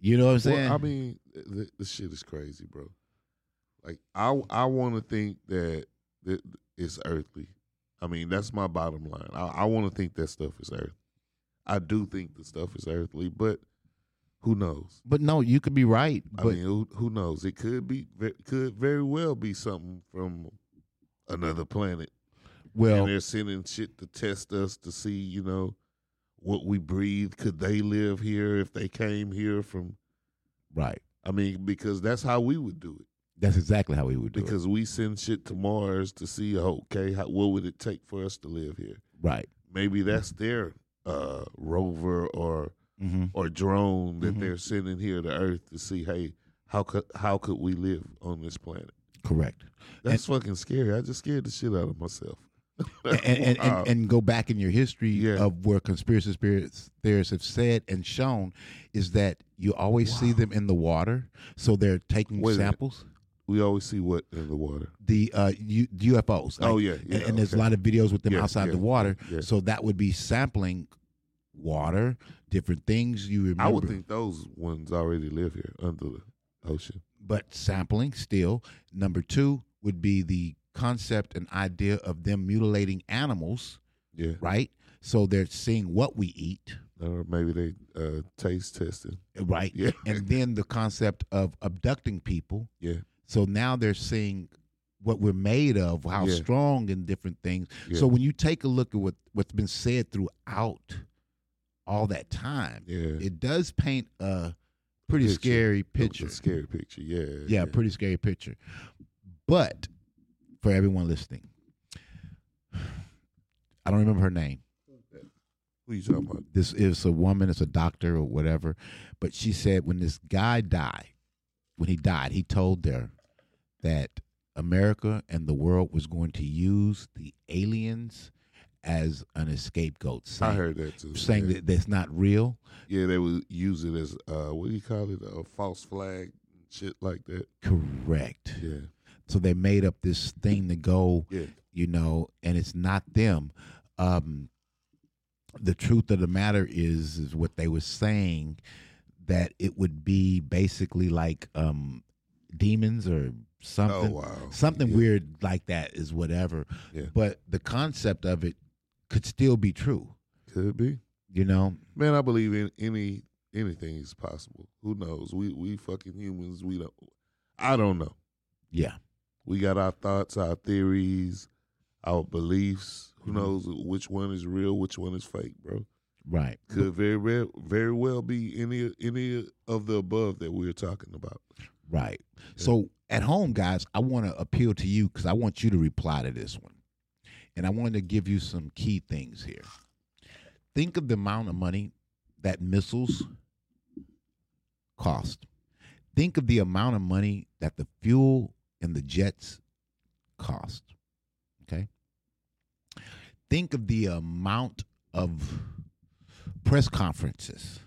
Speaker 2: you know what i'm
Speaker 3: Well,
Speaker 2: saying
Speaker 3: I mean, th- th- this shit is crazy, bro. Like, I I want to think that th- it's earthly. I mean, that's my bottom line. I, I want to think that stuff is earthly. I do think the stuff is earthly, but who knows?
Speaker 2: but no you could be right
Speaker 3: I
Speaker 2: but
Speaker 3: mean, who, who knows? It could be, ve- could very well be something from another planet.
Speaker 2: well
Speaker 3: and they're sending shit to test us to see, you know, what we breathe. Could they live here if they came here from?
Speaker 2: right
Speaker 3: I mean, because that's how we would do it.
Speaker 2: that's exactly how we would do it
Speaker 3: Because we send shit to Mars to see, okay, how, what would it take for us to live here?
Speaker 2: right
Speaker 3: Maybe that's their uh, rover or
Speaker 2: mm-hmm.
Speaker 3: or drone that
Speaker 2: Mhm.
Speaker 3: they're sending here to Earth to see, hey, how could how could we live on this planet?
Speaker 2: correct
Speaker 3: That's fucking scary. I just scared the shit out of myself.
Speaker 2: and and,
Speaker 3: Wow.
Speaker 2: and, and go back in your history
Speaker 3: Uh, Yeah.
Speaker 2: of where conspiracy spirits theorists have said and shown is that you always see them in the water so they're taking
Speaker 3: Wait a minute.
Speaker 2: samples
Speaker 3: we always see what in the water.
Speaker 2: the uh, U- UFOs.
Speaker 3: Oh,
Speaker 2: Like,
Speaker 3: yeah,
Speaker 2: and,
Speaker 3: yeah,
Speaker 2: and there's a
Speaker 3: okay.
Speaker 2: lot of videos with them
Speaker 3: Yeah,
Speaker 2: outside
Speaker 3: yeah,
Speaker 2: the water.
Speaker 3: yeah, yeah.
Speaker 2: So that would be sampling water, different things you remember.
Speaker 3: I would think those ones already live here under the ocean.
Speaker 2: but sampling still. Number two would be the concept and idea of them mutilating animals,
Speaker 3: Yeah,
Speaker 2: right? So they're seeing what we eat,
Speaker 3: or maybe they uh, taste testing.
Speaker 2: right?
Speaker 3: Yeah,
Speaker 2: And then the concept of abducting people.
Speaker 3: yeah,
Speaker 2: So now they're seeing what we're made of, how
Speaker 3: Yeah.
Speaker 2: strong and different things.
Speaker 3: Yeah.
Speaker 2: So when you take a look at what what's been said throughout all that time,
Speaker 3: yeah.
Speaker 2: it does paint a pretty
Speaker 3: Picture.
Speaker 2: scary
Speaker 3: The- the
Speaker 2: picture.
Speaker 3: scary picture. Yeah,
Speaker 2: yeah, pretty scary picture. But for everyone listening, I don't remember her name.
Speaker 3: Who you talking about?
Speaker 2: This is a woman, it's a doctor or whatever, but she said when this guy died, when he died, he told her that America and the world was going to use the aliens as an escape goat,
Speaker 3: I
Speaker 2: saying,
Speaker 3: heard that too.
Speaker 2: saying
Speaker 3: yeah.
Speaker 2: that that's not real.
Speaker 3: yeah, they would use it as uh, what do you call it? A false flag, shit like that.
Speaker 2: Correct.
Speaker 3: Yeah,
Speaker 2: So they made up this thing to go
Speaker 3: yeah.
Speaker 2: you know, and it's not them. Um, the truth of the matter is, is what they were saying that it would be basically like um, demons or something.
Speaker 3: Oh wow.
Speaker 2: Something
Speaker 3: Yeah.
Speaker 2: weird like that is whatever.
Speaker 3: Yeah.
Speaker 2: But the concept of it could still be true,
Speaker 3: Could be.
Speaker 2: you know?
Speaker 3: Man, I believe in any anything is possible. Who knows? We we fucking humans. We don't. I don't know.
Speaker 2: Yeah.
Speaker 3: We got our thoughts, our theories, our beliefs. Who
Speaker 2: Mhm.
Speaker 3: knows which one is real, which one is fake, bro?
Speaker 2: Right.
Speaker 3: Could very well, very well be any any of the above that we're talking about.
Speaker 2: Right. So at home, guys, I want to appeal to you because I want you to reply to this one. And I want to give you some key things here. Think of the amount of money that missiles cost. Think of the amount of money that the fuel and the jets cost. Okay. Think of the amount of press conferences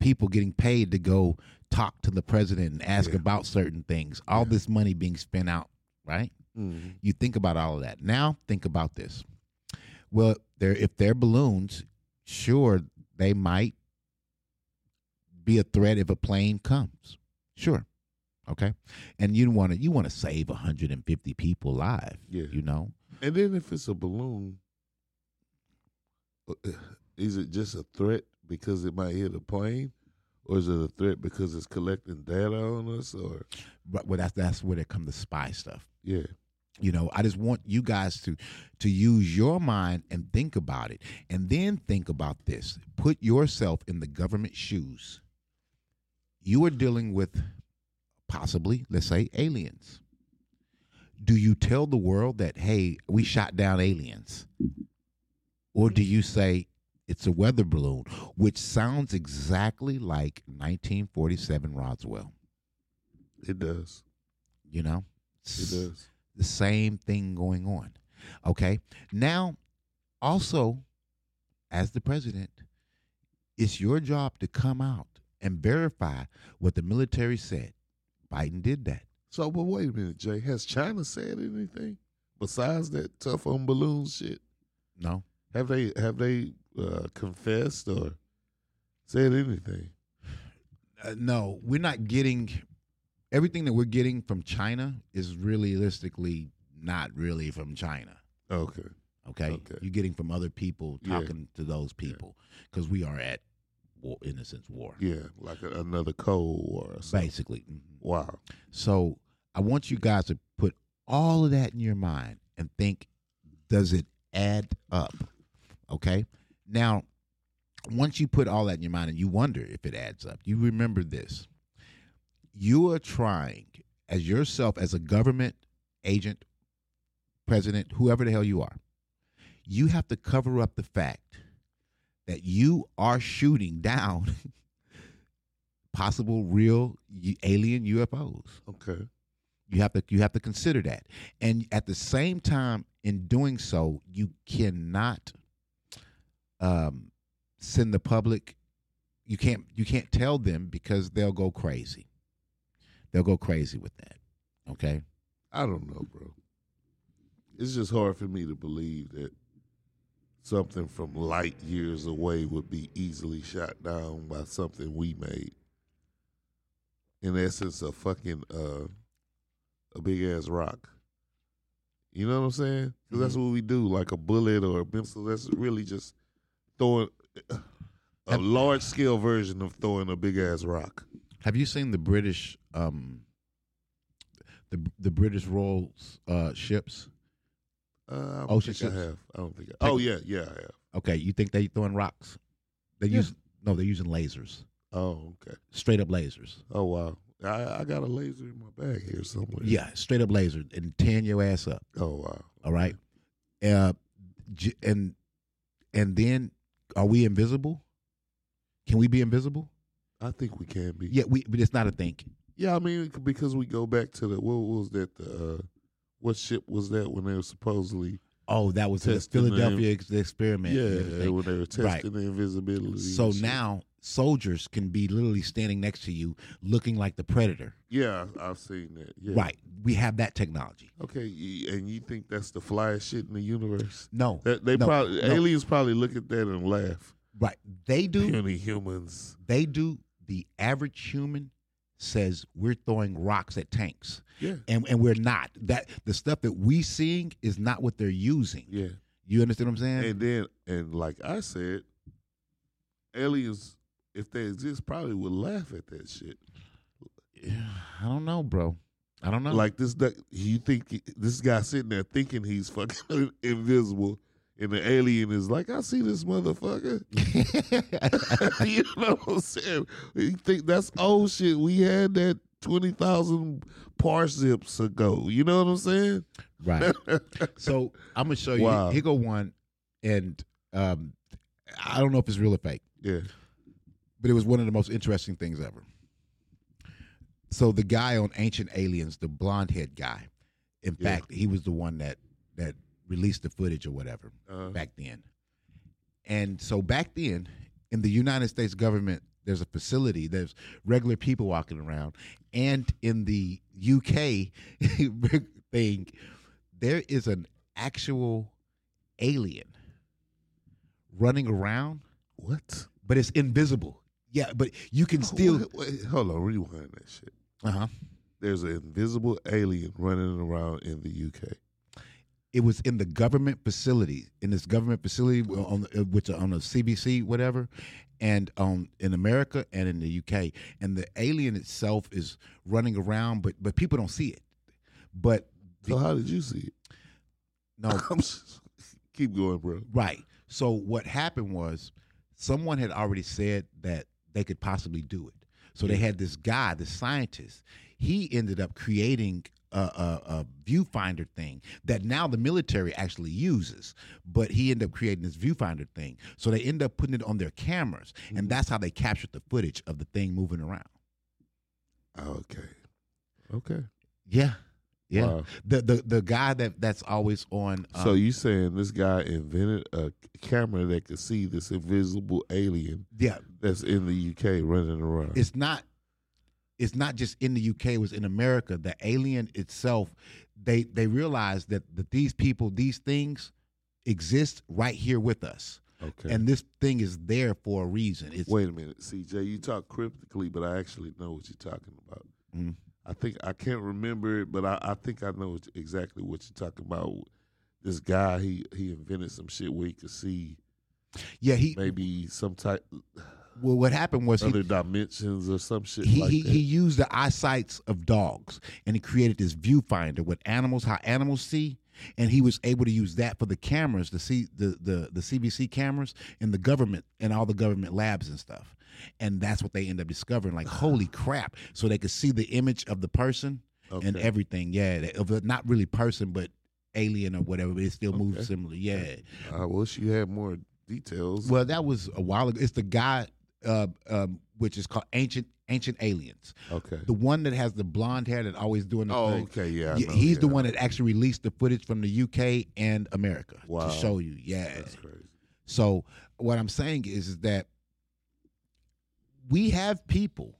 Speaker 2: people getting paid to go talk to the president and ask
Speaker 3: Yeah.
Speaker 2: about certain things. All this money being spent out, right? You think about all of that. Now think about this. Well, they're, if they're balloons, sure they might be a threat if a plane comes. Sure, okay. And you want to you want to save 150 people alive.
Speaker 3: Yeah.
Speaker 2: You know,
Speaker 3: And then if it's a balloon, uh, is it just a threat because it might hit a plane, or is it a threat because it's collecting data on us? Or
Speaker 2: but well, that's that's where they come the spy stuff.
Speaker 3: yeah,
Speaker 2: you know i just want you guys to to use your mind and think about it and then think about this put yourself in the government shoes you are dealing with possibly let's say aliens do you tell the world that hey we shot down aliens or do you say it's a weather balloon which sounds exactly like 1947 roswell
Speaker 3: it does.
Speaker 2: you know
Speaker 3: It does.
Speaker 2: the same thing going on. Okay. Now, also, as the president, it's your job to come out and verify what the military said. Biden did that.
Speaker 3: So, but wait a minute, Jay. Has China said anything besides that tough on balloon shit?
Speaker 2: No.
Speaker 3: Have they have they uh, confessed or said anything?
Speaker 2: Uh, no, we're not getting everything that we're getting from China is realistically not really from China.
Speaker 3: Okay,
Speaker 2: Okay?
Speaker 3: Okay.
Speaker 2: You're getting from other people
Speaker 3: Yeah.
Speaker 2: talking to those people because we are at war, in a sense, war.
Speaker 3: yeah, like a, another Cold War. Or something.
Speaker 2: Basically. Mhm.
Speaker 3: Wow.
Speaker 2: So I want you guys to put all of that in your mind and think, does it add up? Okay. Now, once you put all that in your mind and you wonder if it adds up, you remember this. You are trying, as yourself, as a government agent, president, whoever the hell you are, you have to cover up the fact that you are shooting down possible real u- alien UFOs.
Speaker 3: Okay.
Speaker 2: You have to you have to consider that. And at the same time, in doing so, you cannot um, send the public. You can't you can't tell them because they'll go crazy. They'll go crazy with that. Okay.
Speaker 3: I don't know, bro. It's just hard for me to believe that something from light years away would be easily shot down by something we made. In essence, a fucking uh, a big ass rock. You know what I'm saying? 'Cause that's what we do, like a bullet or a pencil. That's really just throwing a large scale version of throwing a big ass rock.
Speaker 2: Have you seen the British um, the the British Royal uh, ships?
Speaker 3: Uh, I don't
Speaker 2: Ocean
Speaker 3: think I
Speaker 2: ships.
Speaker 3: have. I don't think. I, oh yeah, yeah, I have.
Speaker 2: Okay, you think they throwing rocks? They
Speaker 3: Yeah.
Speaker 2: use no, they're using lasers,
Speaker 3: Oh okay.
Speaker 2: straight up lasers.
Speaker 3: Oh wow! I, I got a laser in my bag here somewhere.
Speaker 2: Yeah, straight up laser and tan your ass up.
Speaker 3: Oh wow!
Speaker 2: All right, uh, j- and and then are we invisible? Can we be invisible?
Speaker 3: I think we can be.
Speaker 2: Yeah, we. But it's not a thing.
Speaker 3: Yeah, I mean it could- because we go back to the what was that the uh, what ship was that when they were supposedly
Speaker 2: Oh, that was the
Speaker 3: Testing
Speaker 2: Philadelphia ex- experiment. and
Speaker 3: yeah
Speaker 2: everything.
Speaker 3: when they were testing
Speaker 2: Right.
Speaker 3: the invisibility.
Speaker 2: So
Speaker 3: and shit.
Speaker 2: now soldiers can be literally standing next to you, looking like the predator.
Speaker 3: yeah, I've seen that. Yeah.
Speaker 2: Right. We have that technology.
Speaker 3: Okay, y- and you think that's the flyest shit in the universe?
Speaker 2: No.
Speaker 3: That they
Speaker 2: no,
Speaker 3: probably
Speaker 2: no.
Speaker 3: aliens probably look at that and laugh.
Speaker 2: Right. They do.
Speaker 3: Puny humans.
Speaker 2: They do. The average human says we're throwing rocks at tanks.
Speaker 3: Yeah.
Speaker 2: And and we're not. That the stuff that we seeing is not what they're using.
Speaker 3: Yeah.
Speaker 2: You understand what I'm saying?
Speaker 3: And then, and like I said, aliens, if they exist, probably would laugh at that shit.
Speaker 2: I don't know, bro. I don't know.
Speaker 3: Like this, duck- you think this guy sitting there thinking he's fucking invisible, and the alien is like, "I see this motherfucker." you know what I'm saying? You think that's old shit? We had that twenty thousand parsecs ago. You know what I'm saying?
Speaker 2: right. so I'm gonna show you.
Speaker 3: Wow.
Speaker 2: Here go one, and um, I don't know if it's real or fake.
Speaker 3: Yeah,
Speaker 2: but it was one of the most interesting things ever. So the guy on Ancient Aliens, the blonde head guy, in
Speaker 3: Yeah.
Speaker 2: fact, he was the one that that released the footage or whatever
Speaker 3: Uh-huh.
Speaker 2: back then. And so back then, in the United States government, there's a facility. There's regular people walking around, and in the UK thing, there is an actual alien running around
Speaker 3: what? Oh,
Speaker 2: but it's invisible. Yeah, but you can still.
Speaker 3: Wait, wait, hold on, rewind that shit.
Speaker 2: Uh huh.
Speaker 3: There's an invisible alien running around in the UK.
Speaker 2: It was in the government facility, in this government facility on uh, the, which on the CBC whatever, and um in America and in the UK, and the alien itself is running around, but but people don't see it. But
Speaker 3: So how did you see it?
Speaker 2: no,
Speaker 3: I'm s- keep going, bro.
Speaker 2: right. So what happened was, someone had already said that they could possibly do it. So they had this guy, this scientist. He ended up creating a, a, a viewfinder thing that now the military actually uses. But he ended up creating this viewfinder thing. So they end up putting it on their cameras, and that's how they captured the footage of the thing moving around.
Speaker 3: Okay, okay.
Speaker 2: Yeah, yeah.
Speaker 3: Wow.
Speaker 2: The the the guy that that's always on. Um,
Speaker 3: so you saying this guy invented a camera that could see this invisible alien
Speaker 2: yeah,
Speaker 3: that's in the UK running around?
Speaker 2: it's not it's not just in the UK, it was in America. The alien itself, they they realized that, that these people, these things exist right here with us.
Speaker 3: okay.
Speaker 2: And this thing is there for a reason. It's
Speaker 3: Wait a minute, CJ. You talk cryptically, but I actually know what you're talking about.
Speaker 2: Mm.
Speaker 3: I think I can't remember it, but I, I think I know what- exactly what you're talking about. This guy, he he invented some shit where he could see
Speaker 2: yeah, he
Speaker 3: maybe some type
Speaker 2: well what happened was he
Speaker 3: other dimensions or some shit
Speaker 2: he,
Speaker 3: like
Speaker 2: he,
Speaker 3: that.
Speaker 2: he used the eyesights of dogs and he created this viewfinder with animals how animals see and he was able to use that for the cameras the C, the, the the cbc cameras in the government and all the government labs and stuff and that's what they end up discovering like holy crap so they could see the image of the person and
Speaker 3: Okay.
Speaker 2: everything yeah they- of a, not really person but alien or whatever but it still
Speaker 3: Okay.
Speaker 2: moves similar yeah
Speaker 3: I wish you had more details.
Speaker 2: well that was a while ago it's the guy uh, um, which is called ancient ancient aliens
Speaker 3: okay.
Speaker 2: the one that has the blonde hair that always doing the
Speaker 3: Oh,
Speaker 2: thing.
Speaker 3: okay, yeah. I
Speaker 2: Yeah,
Speaker 3: know,
Speaker 2: he's the
Speaker 3: yeah.
Speaker 2: one that actually released the footage from the UK and America
Speaker 3: Wow.
Speaker 2: to show you. Yeah.
Speaker 3: That's crazy.
Speaker 2: So what I'm saying is, is that we have people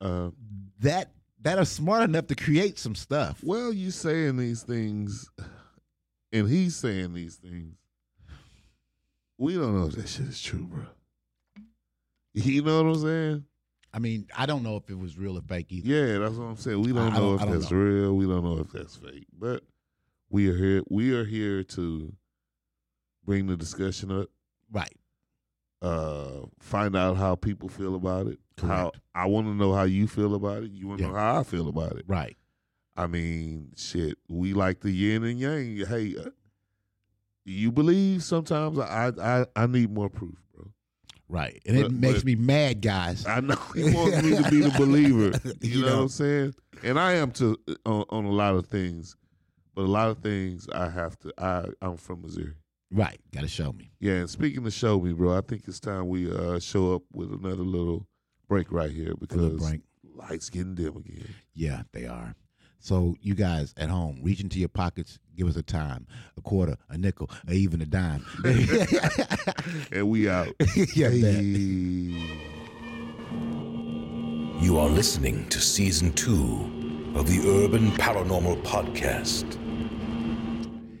Speaker 3: Uh,
Speaker 2: that that are smart enough to create some stuff.
Speaker 3: well, you saying these things, and he's saying these things. We don't know if that shit is true, bro. You know what I'm saying?
Speaker 2: I mean, I don't know if it was real or fake either.
Speaker 3: Yeah, that's what I'm saying. We don't
Speaker 2: I- I
Speaker 3: know
Speaker 2: don't-
Speaker 3: if
Speaker 2: I don't
Speaker 3: that's
Speaker 2: know.
Speaker 3: real. We don't know if that's fake. But we are here. We are here to bring the discussion up.
Speaker 2: Right.
Speaker 3: uh find out how people feel about it. How
Speaker 2: Correct.
Speaker 3: I want to know how you feel about it. You want to
Speaker 2: Yeah.
Speaker 3: know how I feel about it.
Speaker 2: Right.
Speaker 3: I mean, shit, we like the yin and yang. Hey, uh, you believe sometimes I I I need more proof, bro.
Speaker 2: Right. And it
Speaker 3: But-
Speaker 2: makes
Speaker 3: but-
Speaker 2: me mad, guys.
Speaker 3: I know he wants me to be the believer. You,
Speaker 2: You
Speaker 3: know, what
Speaker 2: know.
Speaker 3: I'm saying? And I am to on, on a lot of things, but a lot of things I have to. I I'm from Missouri.
Speaker 2: right. Got to show me.
Speaker 3: Yeah, and speaking of show me, bro, I think it's time we uh, show up with another little break right here
Speaker 2: A little
Speaker 3: because
Speaker 2: break.
Speaker 3: lights getting dim again.
Speaker 2: Yeah, they are. So you guys at home, reach into your pockets, give us a time, a quarter, a nickel, or even a dime.
Speaker 3: And we out.
Speaker 2: yeah, that.
Speaker 3: Hey.
Speaker 6: You are listening to season two of the Urban Paranormal Podcast.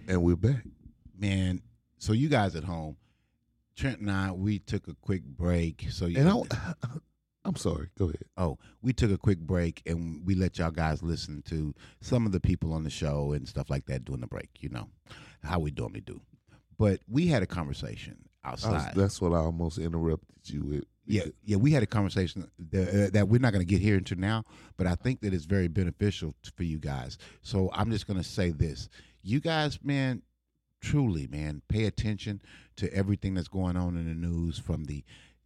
Speaker 3: And we're back.
Speaker 2: man. So you guys at home, Trent and I, we took a quick break. So you,
Speaker 3: And I, I I'm sorry. Go ahead.
Speaker 2: Oh, we took a quick break and we let y'all guys listen to some of the people on the show and stuff like that during the break, you know, how we normally do. But we had a conversation
Speaker 3: I was,
Speaker 2: outside.
Speaker 3: that's what I almost interrupted you with.
Speaker 2: yeah, yeah, we had a conversation that, uh, that we're not going to get here into now, but I think that it's very beneficial t- for you guys. So I'm just going to say this. You guys, man, truly, man, pay attention to everything that's going on in the news from the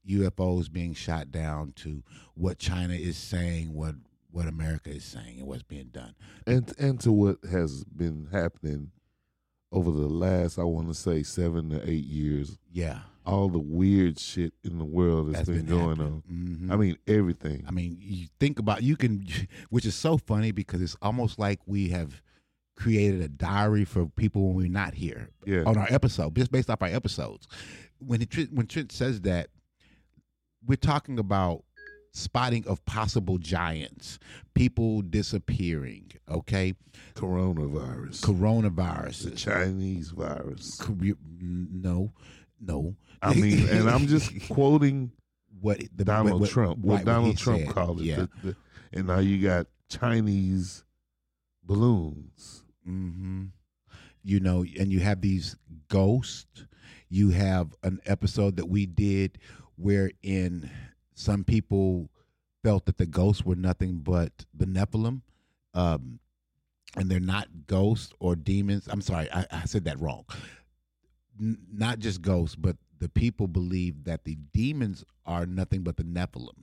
Speaker 2: UFOs being shot down to what China is saying, what what America is saying, and what's being done.
Speaker 3: and and to what has been happening over the last I want to say seven to eight years,
Speaker 2: Yeah,
Speaker 3: all the weird shit in the world that's been, going on.
Speaker 2: hmm
Speaker 3: I mean everything.
Speaker 2: I mean, you think about you can, which is so funny because it's almost like we have created a diary for people when we're not here
Speaker 3: Yeah,
Speaker 2: on our episode, just based off our episodes. When it, Trent- when Trent says that, we're talking about spotting of possible giants, people disappearing, okay,
Speaker 3: coronavirus, the
Speaker 2: coronavirus,
Speaker 3: Chinese virus.
Speaker 2: Cor- no, no.
Speaker 3: I mean, and I'm just quoting
Speaker 2: what the,
Speaker 3: Donald
Speaker 2: what- what-
Speaker 3: Trump, what
Speaker 2: right,
Speaker 3: Donald
Speaker 2: he
Speaker 3: Trump
Speaker 2: said.
Speaker 3: called it.
Speaker 2: Yeah.
Speaker 3: The- the- and now you got Chinese balloons.
Speaker 2: hmm You know, and you have these ghosts. You have an episode that we did wherein some people felt that the ghosts were nothing but the Nephilim, um, and they're not ghosts or demons. I'm sorry, I, I said that wrong. N- not just ghosts, but the people believe that the demons are nothing but the Nephilim.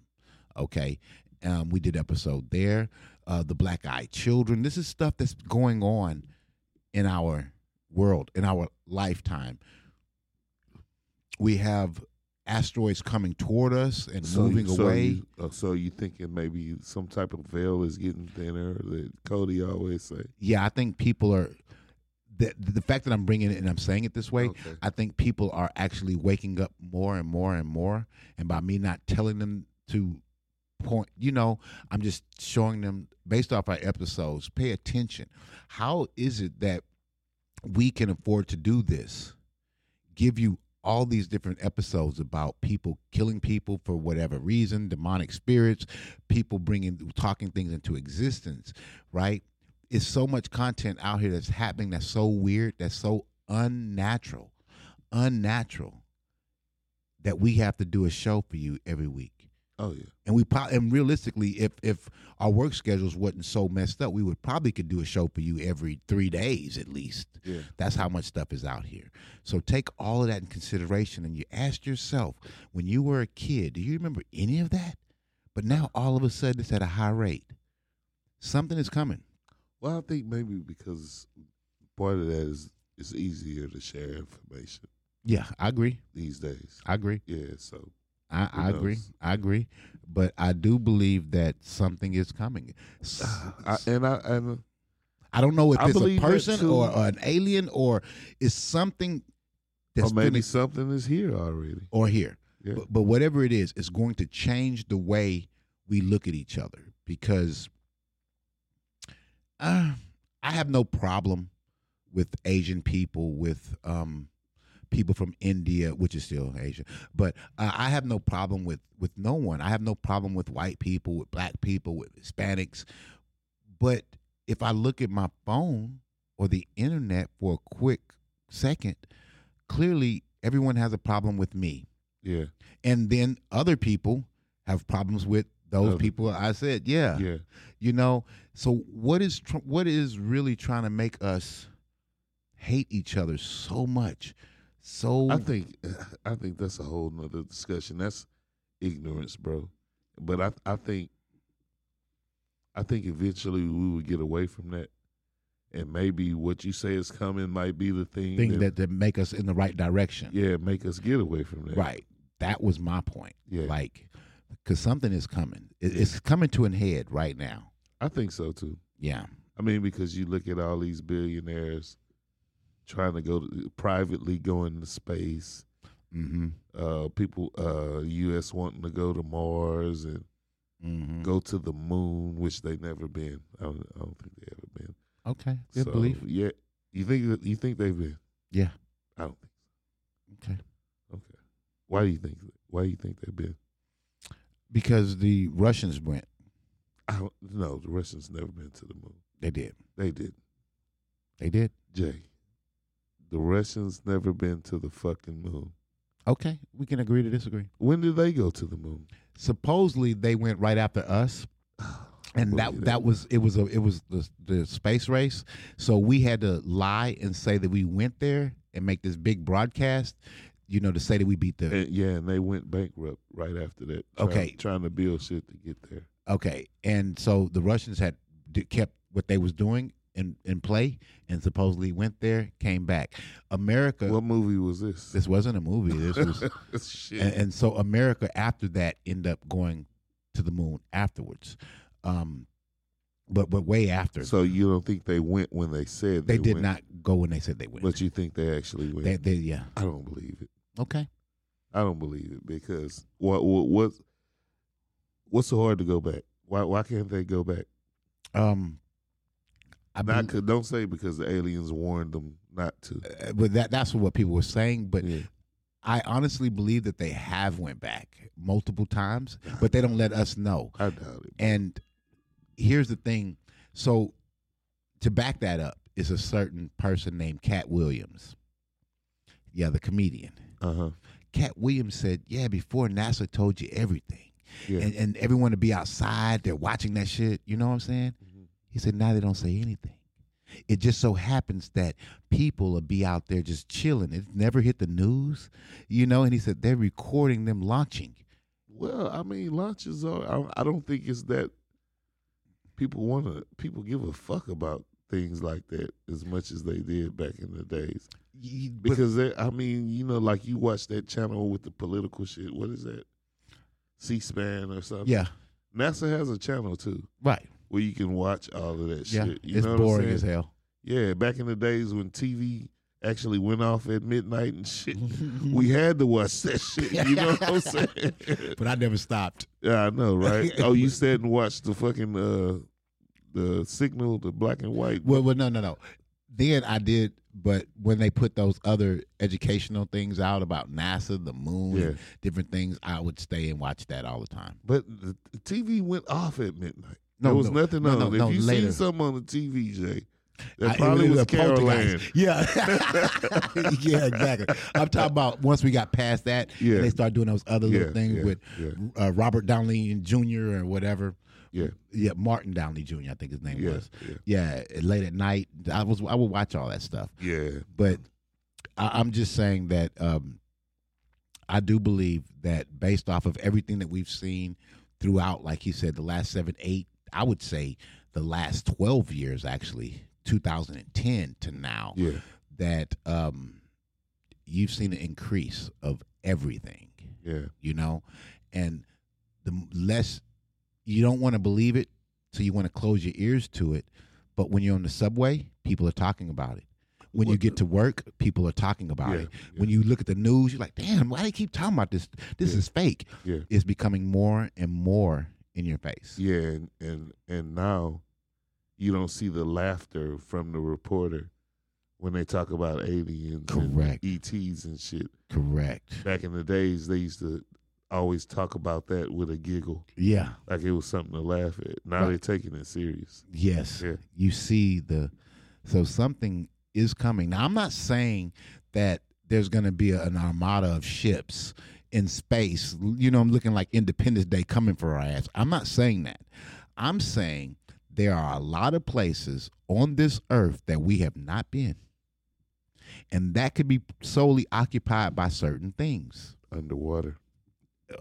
Speaker 2: Okay, um, we did episode there. Uh, the Black Eyed Children. This is stuff that's going on in our world, in our lifetime. We have asteroids coming toward us and moving
Speaker 3: you,
Speaker 2: away.
Speaker 3: So you, uh, so you thinking maybe some type of veil is getting thinner that Cody always say.
Speaker 2: yeah, I think people are the the fact that I'm bringing it and I'm saying it this way.
Speaker 3: Okay.
Speaker 2: I think people are actually waking up more and more and more, and by me not telling them to point, you know, I'm just showing them based off our episodes. Pay attention. How is it that we can afford to do this? Give you all these different episodes about people killing people for whatever reason, demonic spirits, people bringing talking things into existence, right? It's so much content out here that's happening that's so weird, that's so unnatural, unnatural that we have to do a show for you every week.
Speaker 3: Oh yeah.
Speaker 2: And we probably and realistically, if if our work schedules wasn't so messed up, we would probably could do a show for you every three days at least.
Speaker 3: Yeah.
Speaker 2: That's how much stuff is out here. So take all of that in consideration and you ask yourself, when you were a kid, do you remember any of that? But now all of a sudden it's at a high rate. Something is coming.
Speaker 3: Well, I think maybe because part of that is it's easier to share information
Speaker 2: Yeah, I agree.
Speaker 3: these days.
Speaker 2: I agree.
Speaker 3: Yeah. So
Speaker 2: I,
Speaker 3: Who
Speaker 2: I agree.
Speaker 3: knows?
Speaker 2: I agree. But I do believe that something is coming. S-
Speaker 3: I, and I and uh,
Speaker 2: I don't know if
Speaker 3: I
Speaker 2: it's a
Speaker 3: believe that
Speaker 2: person
Speaker 3: too.
Speaker 2: or, or an alien or it's something
Speaker 3: or
Speaker 2: that's
Speaker 3: maybe
Speaker 2: going
Speaker 3: something is here already.
Speaker 2: or here.
Speaker 3: Yeah.
Speaker 2: But, but whatever it is, it's going to change the way we look at each other because uh, I have no problem with Asian people, with um, people from India, which is still Asia, but uh, I have no problem with with no one. I have no problem with white people, with black people, with Hispanics. But if I look at my phone or the internet for a quick second, clearly everyone has a problem with me
Speaker 3: Yeah.
Speaker 2: and then other people have problems with those
Speaker 3: Other
Speaker 2: people I said, yeah,
Speaker 3: Yeah.
Speaker 2: you know. So what is tr- what is really trying to make us hate each other so much? So
Speaker 3: I think I think that's a whole nother discussion. That's ignorance, bro. But I I think I think eventually we would get away from that. And maybe what you say is coming might be the thing,
Speaker 2: thing that that make us in the right direction,
Speaker 3: yeah, make us get away from that.
Speaker 2: right? That was my point,
Speaker 3: Yeah.
Speaker 2: like because something is coming. It, it's coming to an head right now.
Speaker 3: I think so too.
Speaker 2: Yeah,
Speaker 3: I mean, because you look at all these billionaires trying to go to, privately go into space.
Speaker 2: mm-hmm.
Speaker 3: Uh, people, uh, U.S. wanting to go to Mars and
Speaker 2: Mm-hmm.
Speaker 3: go to the moon, which they never been. I don't, I don't think they ever been.
Speaker 2: Okay, good
Speaker 3: So,
Speaker 2: belief.
Speaker 3: Yeah, you think that- you think they've been?
Speaker 2: Yeah.
Speaker 3: I don't think.
Speaker 2: Okay.
Speaker 3: Okay. Why do you think? Why do you think they've been?
Speaker 2: because the Russians went.
Speaker 3: I don't, no, the Russians never been to the moon.
Speaker 2: They did.
Speaker 3: They did.
Speaker 2: They did.
Speaker 3: Jay, the Russians never been to the fucking moon.
Speaker 2: Okay, we can agree to disagree.
Speaker 3: When did they go to the moon?
Speaker 2: Supposedly they went right after us, and
Speaker 3: Well,
Speaker 2: that that was it was a it was the the space race. So we had to lie and say that we went there and make this big broadcast, you know, to say that we beat the
Speaker 3: And, yeah, and they went bankrupt right after that. trying-
Speaker 2: Okay.
Speaker 3: trying to build shit to get there.
Speaker 2: Okay, and so the Russians had d- kept what they was doing in in play, and supposedly went there, came back. America.
Speaker 3: What movie was this?
Speaker 2: this wasn't a movie. This was,
Speaker 3: shit.
Speaker 2: and, and so America after that ended up going to the moon afterwards, um, but but way after.
Speaker 3: so you don't think they went when they said
Speaker 2: they,
Speaker 3: they,
Speaker 2: did
Speaker 3: went,
Speaker 2: not go when they said they went.
Speaker 3: but you think they actually went?
Speaker 2: They, they, yeah.
Speaker 3: I don't believe it.
Speaker 2: Okay.
Speaker 3: I don't believe it because what what what's, what's so hard to go back? Why why can't they go back?
Speaker 2: Um, I
Speaker 3: Not
Speaker 2: bel-
Speaker 3: cause, don't say because the aliens warned them not to.
Speaker 2: uh, but that that's what people were saying. But
Speaker 3: Yeah.
Speaker 2: I honestly believe that they have went back multiple times, but they don't let us know.
Speaker 3: I doubt it.
Speaker 2: And here's the thing. So to back that up is a certain person named Cat Williams. Yeah, the comedian.
Speaker 3: Uh huh.
Speaker 2: Cat Williams said, Yeah, before NASA told you everything.
Speaker 3: Yeah.
Speaker 2: And and everyone to be outside, they're watching that shit. You know what I'm saying?
Speaker 3: Mm-hmm.
Speaker 2: He said, now they don't say anything. It just so happens that people will be out there just chilling. It never hit the news, you know. And he said they're recording them launching.
Speaker 3: Well, I mean, launches are. I, I don't think it's that people want to. People give a fuck about things like that as much as they did back in the days.
Speaker 2: Y- but-
Speaker 3: Because they, I mean, you know, like you watch that channel with the political shit. What is that? C-SPAN or something.
Speaker 2: yeah,
Speaker 3: NASA has a channel too
Speaker 2: right.
Speaker 3: where you can watch all of that
Speaker 2: Yeah,
Speaker 3: shit. You
Speaker 2: it's
Speaker 3: know what I'm
Speaker 2: boring
Speaker 3: saying?
Speaker 2: as hell.
Speaker 3: Yeah, back in the days when TV actually went off at midnight and shit,
Speaker 2: Mm-hmm.
Speaker 3: we had to watch that shit. You know what I'm saying?
Speaker 2: But I never stopped.
Speaker 3: Yeah, I know, right? oh, you sat and watched the fucking uh the signal, the black and white.
Speaker 2: Well, well, no, no, no. Then I did, but when they put those other educational things out about NASA, the moon,
Speaker 3: Yeah.
Speaker 2: different things, I would stay and watch that all the time.
Speaker 3: But the the TV went off at midnight.
Speaker 2: No,
Speaker 3: there was
Speaker 2: no.
Speaker 3: nothing
Speaker 2: No,
Speaker 3: on.
Speaker 2: no,
Speaker 3: if
Speaker 2: no,
Speaker 3: you
Speaker 2: later.
Speaker 3: seen something on the TV, Jay,
Speaker 2: I-
Speaker 3: that
Speaker 2: it
Speaker 3: probably was
Speaker 2: a
Speaker 3: Caroline.
Speaker 2: poltergeist. Yeah. yeah, exactly. I'm talking about once we got past that,
Speaker 3: Yeah.
Speaker 2: and they start doing those other
Speaker 3: Yeah,
Speaker 2: little things
Speaker 3: yeah,
Speaker 2: with
Speaker 3: yeah.
Speaker 2: Uh, Robert Downey Jr. or whatever.
Speaker 3: Yeah.
Speaker 2: Yeah, Martin Downey Jr., I think his name
Speaker 3: Yeah,
Speaker 2: was.
Speaker 3: yeah.
Speaker 2: Yeah, late at night. I was I would watch all that stuff.
Speaker 3: Yeah,
Speaker 2: But I, I'm just saying that um, I do believe that based off of everything that we've seen throughout, like he said, the last seven, eight, I would say the last 12 years, actually, 2010 to now,
Speaker 3: yeah.
Speaker 2: that um, you've seen an increase of everything,
Speaker 3: Yeah,
Speaker 2: you know? And the m- less you don't want to believe it, so you want to close your ears to it. But when you're on the subway, people are talking about it. When you
Speaker 3: What-
Speaker 2: get to work, people are talking about
Speaker 3: Yeah,
Speaker 2: it. When you look at the news, you're like, damn, why they keep talking about this? This
Speaker 3: Yeah.
Speaker 2: is fake.
Speaker 3: Yeah.
Speaker 2: It's becoming more and more in your face.
Speaker 3: yeah, and, and and now you don't see the laughter from the reporter when they talk about aliens,
Speaker 2: Correct.
Speaker 3: and ETs and shit.
Speaker 2: Correct.
Speaker 3: Back in the days, they used to always talk about that with a giggle,
Speaker 2: Yeah.
Speaker 3: like it was something to laugh at. Now
Speaker 2: Right.
Speaker 3: they're taking it serious.
Speaker 2: Yes.
Speaker 3: Yeah.
Speaker 2: You see the so something is coming. Now I'm not saying that there's going to be a- an armada of ships in space. You know, I'm looking like Independence Day coming for our ass. I'm not saying that. I'm saying there are a lot of places on this earth that we have not been. And that could be solely occupied by certain things.
Speaker 3: Underwater,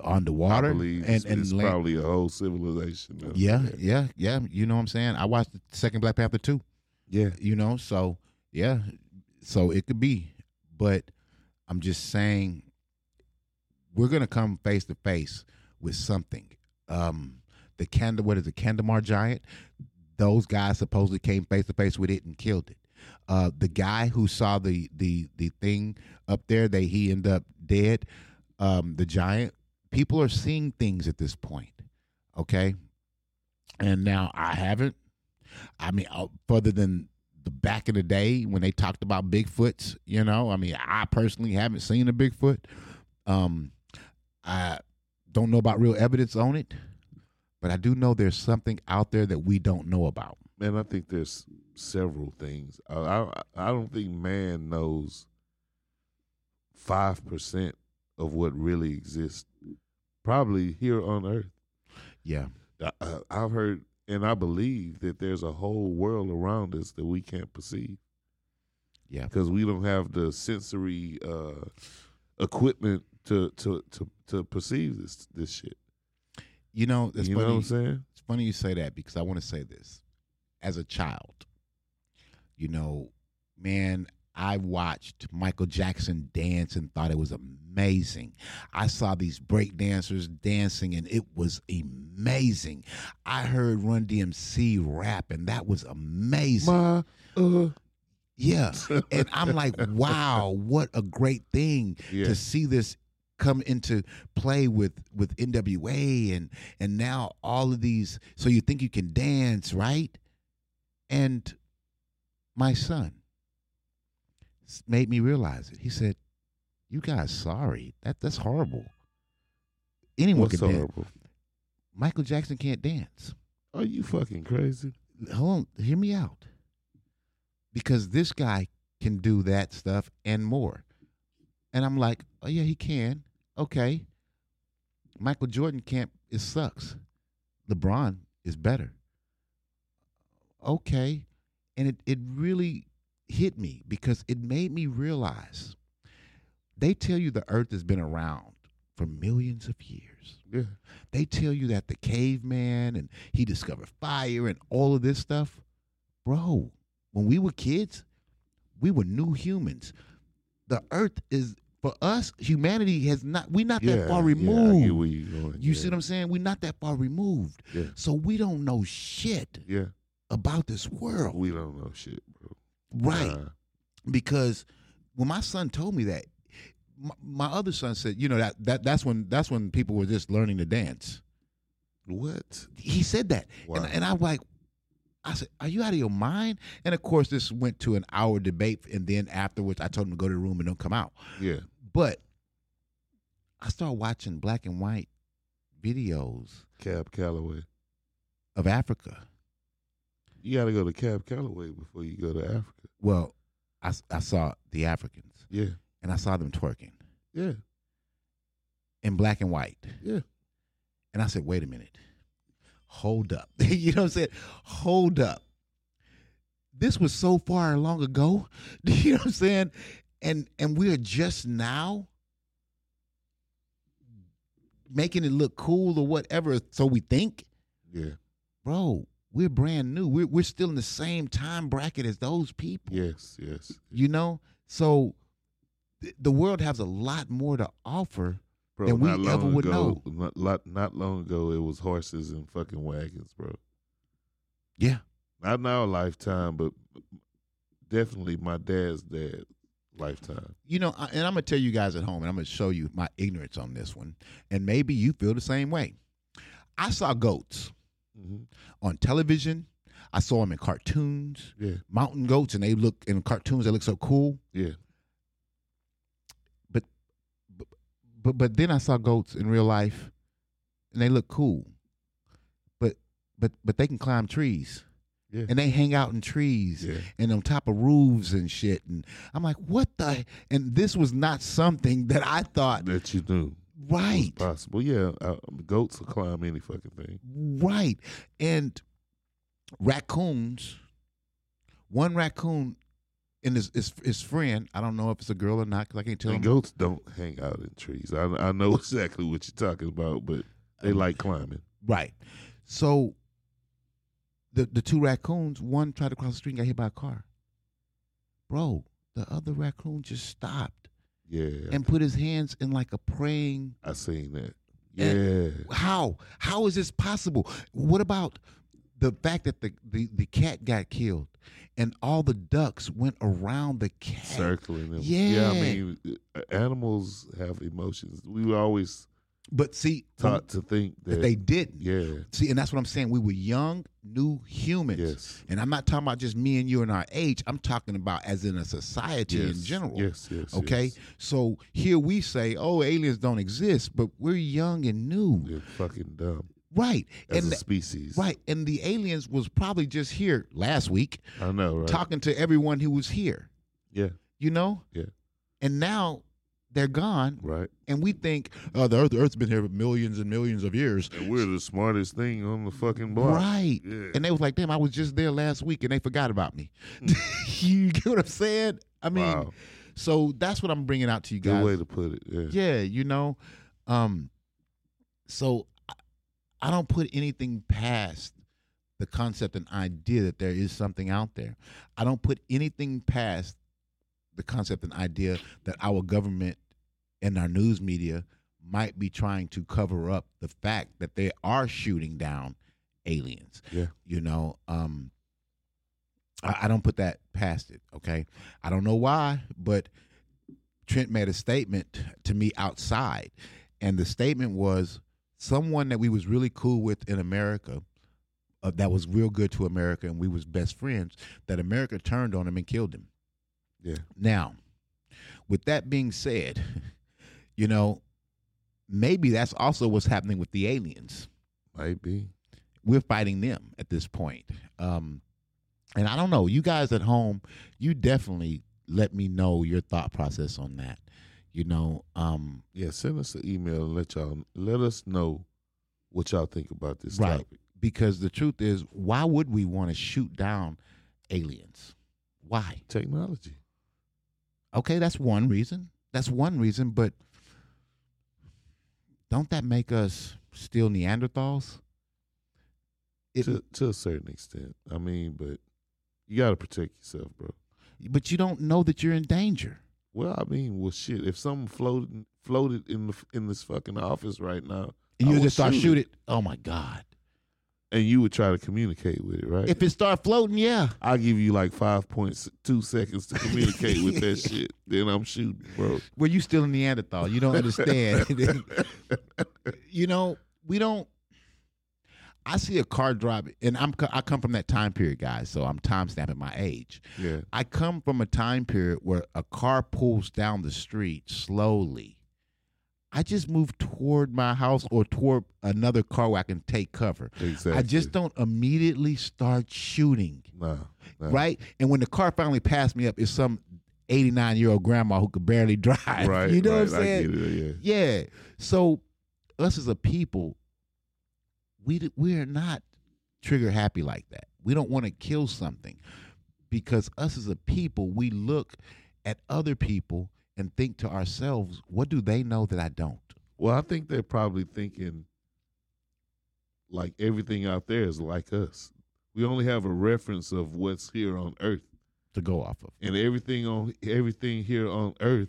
Speaker 2: Underwater
Speaker 3: I believe
Speaker 2: and,
Speaker 3: it's,
Speaker 2: and
Speaker 3: it's
Speaker 2: land-
Speaker 3: probably a whole civilization. out
Speaker 2: Yeah,
Speaker 3: there.
Speaker 2: yeah, yeah. You know what I'm saying? I watched the second Black Panther too
Speaker 3: yeah.
Speaker 2: you know so yeah so it could be but i'm just saying we're gonna come face to face with something um the candle what is it candamar giant those guys supposedly came face to face with it and killed it uh the guy who saw the the the thing up there that he ended up dead um the giant people are seeing things at this point okay and now i haven't I mean, uh, further than the back in the day when they talked about Bigfoots, you know, I mean, I personally haven't seen a Bigfoot. Um, I don't know about real evidence on it, but I do know there's something out there that we don't know about.
Speaker 3: man, I think there's several things. I I, I don't think man knows five percent of what really exists, probably here on Earth.
Speaker 2: Yeah.
Speaker 3: I, I- I've heard and I believe that there's a whole world around us that we can't perceive.
Speaker 2: Yeah.
Speaker 3: because we don't have the sensory uh, equipment to, to to to perceive this this shit.
Speaker 2: You know, it's
Speaker 3: you
Speaker 2: funny.
Speaker 3: know what I'm saying?
Speaker 2: It's funny you say that because I want to say this. As a child, you know, man, I watched Michael Jackson dance and thought it was amazing. I saw these break dancers dancing and it was amazing. I heard Run DMC rap and that was amazing.
Speaker 3: My uh,
Speaker 2: Yeah. And I'm like, wow, what a great thing
Speaker 3: Yeah.
Speaker 2: to see this come into play with with NWA and and now all of these so you think you can dance, right? And my son s- made me realize it. He said, "You guys sorry. That that's horrible. Anyone
Speaker 3: what's
Speaker 2: can dance.
Speaker 3: horrible?
Speaker 2: Michael Jackson can't dance."
Speaker 3: Are you fucking crazy?
Speaker 2: hold on, hear me out. Because this guy can do that stuff and more. And I'm like, oh yeah, he can. Okay. Michael Jordan can't it sucks. LeBron is better. Okay. And it, it really hit me because it made me realize they tell you the earth has been around for millions of years
Speaker 3: Yeah,
Speaker 2: they tell you that the caveman and he discovered fire and all of this stuff. Bro, when we were kids, we were new humans. The earth is for us, humanity has not we're not
Speaker 3: yeah.
Speaker 2: that far
Speaker 3: yeah,
Speaker 2: removed.
Speaker 3: I get where you going.
Speaker 2: you
Speaker 3: yeah.
Speaker 2: see what I'm saying? We're not that far removed.
Speaker 3: Yeah.
Speaker 2: So we don't know shit
Speaker 3: Yeah,
Speaker 2: about this world.
Speaker 3: we don't know shit, bro.
Speaker 2: right
Speaker 3: Nah.
Speaker 2: because when my son told me that my, my other son said, you know that, that that's when that's when people were just learning to dance.
Speaker 3: What?
Speaker 2: he said that.
Speaker 3: Wow.
Speaker 2: And, and I'm like, I said, are you out of your mind? And of course, this went to an hour debate. And then afterwards, I told him to go to the room and don't come out.
Speaker 3: Yeah,
Speaker 2: But I started watching black and white videos
Speaker 3: Cab Calloway.
Speaker 2: of Africa.
Speaker 3: You got to go to Cab Calloway before you go to Africa.
Speaker 2: Well, I, s- I saw the Africans
Speaker 3: Yeah,
Speaker 2: and I saw them twerking
Speaker 3: yeah,
Speaker 2: in black and white.
Speaker 3: yeah.
Speaker 2: And I said, wait a minute. Hold up. you know what I'm saying? Hold up. This was so far long ago. you know what I'm saying? And and we are just now making it look cool or whatever, so we think.
Speaker 3: Yeah,
Speaker 2: Bro, we're brand new. We're we're still in the same time bracket as those people.
Speaker 3: yes, yes.
Speaker 2: You know? So th- the world has a lot more to offer.
Speaker 3: Bro,
Speaker 2: than we
Speaker 3: not
Speaker 2: ever
Speaker 3: long
Speaker 2: would
Speaker 3: ago, know. Not, lot- not long ago, it was horses and fucking wagons, bro.
Speaker 2: Yeah.
Speaker 3: Not in our lifetime, but definitely my dad's dad lifetime.
Speaker 2: you know, I- and I'm gonna tell you guys at home, and I'm gonna show you my ignorance on this one, and maybe you feel the same way. I saw goats
Speaker 3: hmm
Speaker 2: on television. I saw them in cartoons,
Speaker 3: Yeah,
Speaker 2: mountain goats, and they look in cartoons. They look so cool.
Speaker 3: yeah,
Speaker 2: But but then I saw goats in real life, and they look cool. But but but they can climb trees,
Speaker 3: yeah,
Speaker 2: and they hang out in trees,
Speaker 3: yeah.
Speaker 2: and on top of roofs and shit. And I'm like, what the? And this was not something that I thought
Speaker 3: That you knew was
Speaker 2: right.
Speaker 3: possible. Yeah, uh, goats will climb any fucking thing.
Speaker 2: Right. And raccoons, one raccoon and his, his, his friend, I don't know if it's a girl or not because I can't tell
Speaker 3: And
Speaker 2: him.
Speaker 3: goats don't hang out in trees. I I know exactly what you're talking about, but
Speaker 2: Um,
Speaker 3: they like climbing.
Speaker 2: Right. So the, the two raccoons, one tried to cross the street and got hit by a car. Bro, the other raccoon just stopped
Speaker 3: Yeah,
Speaker 2: and put his hands in like a praying
Speaker 3: I seen that. Yeah,
Speaker 2: And- how how is this possible what about the fact that the, the, the cat got killed and all the ducks went around the cat
Speaker 3: circling them. yeah. I
Speaker 2: Yeah.
Speaker 3: mean, uh, animals have emotions. We were always
Speaker 2: But see,
Speaker 3: taught to think that
Speaker 2: that they didn't.
Speaker 3: yeah
Speaker 2: See, and that's what I'm saying. We were young, new humans.
Speaker 3: Yes.
Speaker 2: And I'm not talking about just me and you and our age. I'm talking about as in a society in
Speaker 3: Yes,
Speaker 2: general.
Speaker 3: yes, yes,
Speaker 2: Okay.
Speaker 3: yes.
Speaker 2: So here we say, oh, aliens don't exist, but we're young and new.
Speaker 3: they're fucking dumb
Speaker 2: Right.
Speaker 3: as
Speaker 2: and
Speaker 3: a species.
Speaker 2: right. And the aliens was probably just here last week
Speaker 3: I know, right?
Speaker 2: talking to everyone who was here,
Speaker 3: yeah,
Speaker 2: you know?
Speaker 3: Yeah.
Speaker 2: And now they're gone.
Speaker 3: right.
Speaker 2: And we think, oh, the earth, the earth's been here for millions and millions of years.
Speaker 3: we're the smartest thing on the fucking block.
Speaker 2: Right.
Speaker 3: Yeah.
Speaker 2: And they was like, damn, I was just there last week and they forgot about me. you get what I'm saying? I mean,
Speaker 3: Hmm. Wow.
Speaker 2: so that's what I'm bringing out to you
Speaker 3: Good
Speaker 2: guys.
Speaker 3: way to put it. Yeah.
Speaker 2: yeah, you know, um, so I, I don't put anything past the concept and idea that there is something out there. I don't put anything past the concept and idea that our government and our news media might be trying to cover up the fact that they are shooting down aliens.
Speaker 3: Yeah.
Speaker 2: You know, um I, I don't put that past it, okay? I don't know why, but Trent made a statement to me outside and the statement was someone that we was really cool with in America uh, that was real good to America and we was best friends that America turned on him and killed him.
Speaker 3: Yeah.
Speaker 2: Now, with that being said, you know, maybe that's also what's happening with the aliens.
Speaker 3: Might be.
Speaker 2: We're fighting them at this point. Um, and I don't know, you guys at home, you definitely let me know your thought process on that. You know, um,
Speaker 3: Yeah. Send us an email and let y'all let us know what y'all think about this
Speaker 2: Right.
Speaker 3: topic.
Speaker 2: because the truth is, why would we want to shoot down aliens? Why?
Speaker 3: Technology.
Speaker 2: Okay, that's one reason. That's one reason, but don't that make us still Neanderthals? It,
Speaker 3: to to a certain extent. I mean, but you gotta protect yourself, bro.
Speaker 2: but you don't know that you're in danger.
Speaker 3: Well, I mean, well, shit. If something floated floated in the in this fucking office right now,
Speaker 2: And
Speaker 3: I
Speaker 2: you
Speaker 3: would
Speaker 2: just start
Speaker 3: shoot it.
Speaker 2: shooting. Oh my God.
Speaker 3: and you would try to communicate with it, right?
Speaker 2: If it start floating, yeah.
Speaker 3: I'll give you like five point two seconds to communicate with that shit. Then I'm shooting, bro.
Speaker 2: Well, you still a Neanderthal. You don't understand. you know, we don't. I see a car drop, and I'm co- I come from that time period, guys. So I'm time stamping my age.
Speaker 3: Yeah.
Speaker 2: I come from a time period where a car pulls down the street slowly. I just move toward my house or toward another car where I can take cover.
Speaker 3: Exactly.
Speaker 2: I just don't immediately start shooting,
Speaker 3: Nah. nah.
Speaker 2: right? And when the car finally passed me up, it's some 89 year old grandma who could barely drive.
Speaker 3: Right.
Speaker 2: you know
Speaker 3: right.
Speaker 2: what I'm saying?
Speaker 3: I get it. Yeah.
Speaker 2: Yeah. So us as a people, we d- we are not trigger happy like that. We don't want to kill something because us as a people, we look at other people and think to ourselves, what do they know that I don't?
Speaker 3: Well, I think they're probably thinking like everything out there is like us. We only have a reference of what's here on Earth,
Speaker 2: To go off of.
Speaker 3: and everything on everything here on Earth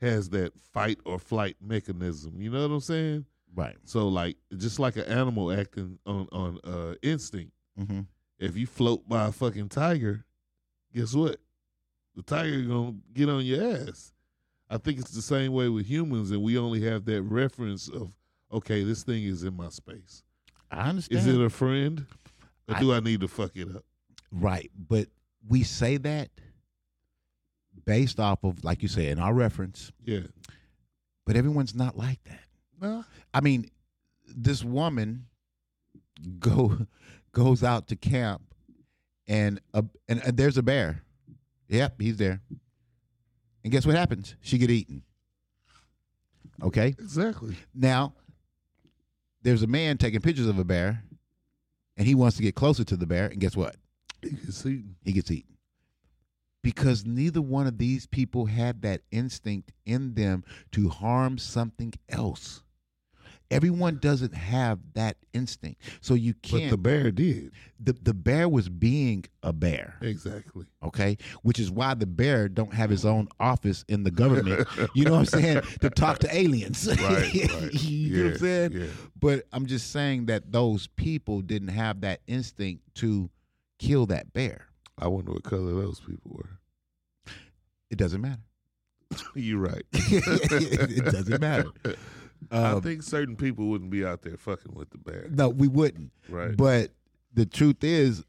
Speaker 3: has that fight or flight mechanism. You know what I'm saying?
Speaker 2: Right.
Speaker 3: So like just like an animal acting on on uh, instinct.
Speaker 2: Mm-hmm.
Speaker 3: if you float by a fucking tiger, guess what? The tiger gonna get on your ass. I think it's the same way with humans, and we only have that reference of okay, this thing is in my space.
Speaker 2: I understand.
Speaker 3: Is it a friend, or do I, need to fuck it up?
Speaker 2: Right, but we say that based off of, like you said, in our reference,
Speaker 3: Yeah,
Speaker 2: but everyone's not like that.
Speaker 3: no,
Speaker 2: I mean, this woman go goes out to camp, and a, and, and there's a bear. Yep, he's there. And guess what happens? She get eaten. Okay.
Speaker 3: exactly.
Speaker 2: Now, there's a man taking pictures of a bear, and he wants to get closer to the bear. And guess what?
Speaker 3: It's eating.
Speaker 2: he gets eaten because neither one of these people had that instinct in them to harm something else everyone doesn't have that instinct so you
Speaker 3: but
Speaker 2: can't
Speaker 3: the
Speaker 2: the,
Speaker 3: bear did
Speaker 2: the, bear was being a bear
Speaker 3: exactly.
Speaker 2: okay which is why the bear don't have his own office in the government you know what i'm saying to talk to aliens
Speaker 3: Right, right.
Speaker 2: you know what i'm
Speaker 3: Yeah,
Speaker 2: saying
Speaker 3: yeah.
Speaker 2: but i'm just saying that those people didn't have that instinct to kill that bear
Speaker 3: I wonder what color those people were.
Speaker 2: it doesn't matter
Speaker 3: You're right.
Speaker 2: it doesn't matter. Uh,
Speaker 3: I think certain people wouldn't be out there fucking with the bear.
Speaker 2: no, we wouldn't.
Speaker 3: Right.
Speaker 2: But the truth is,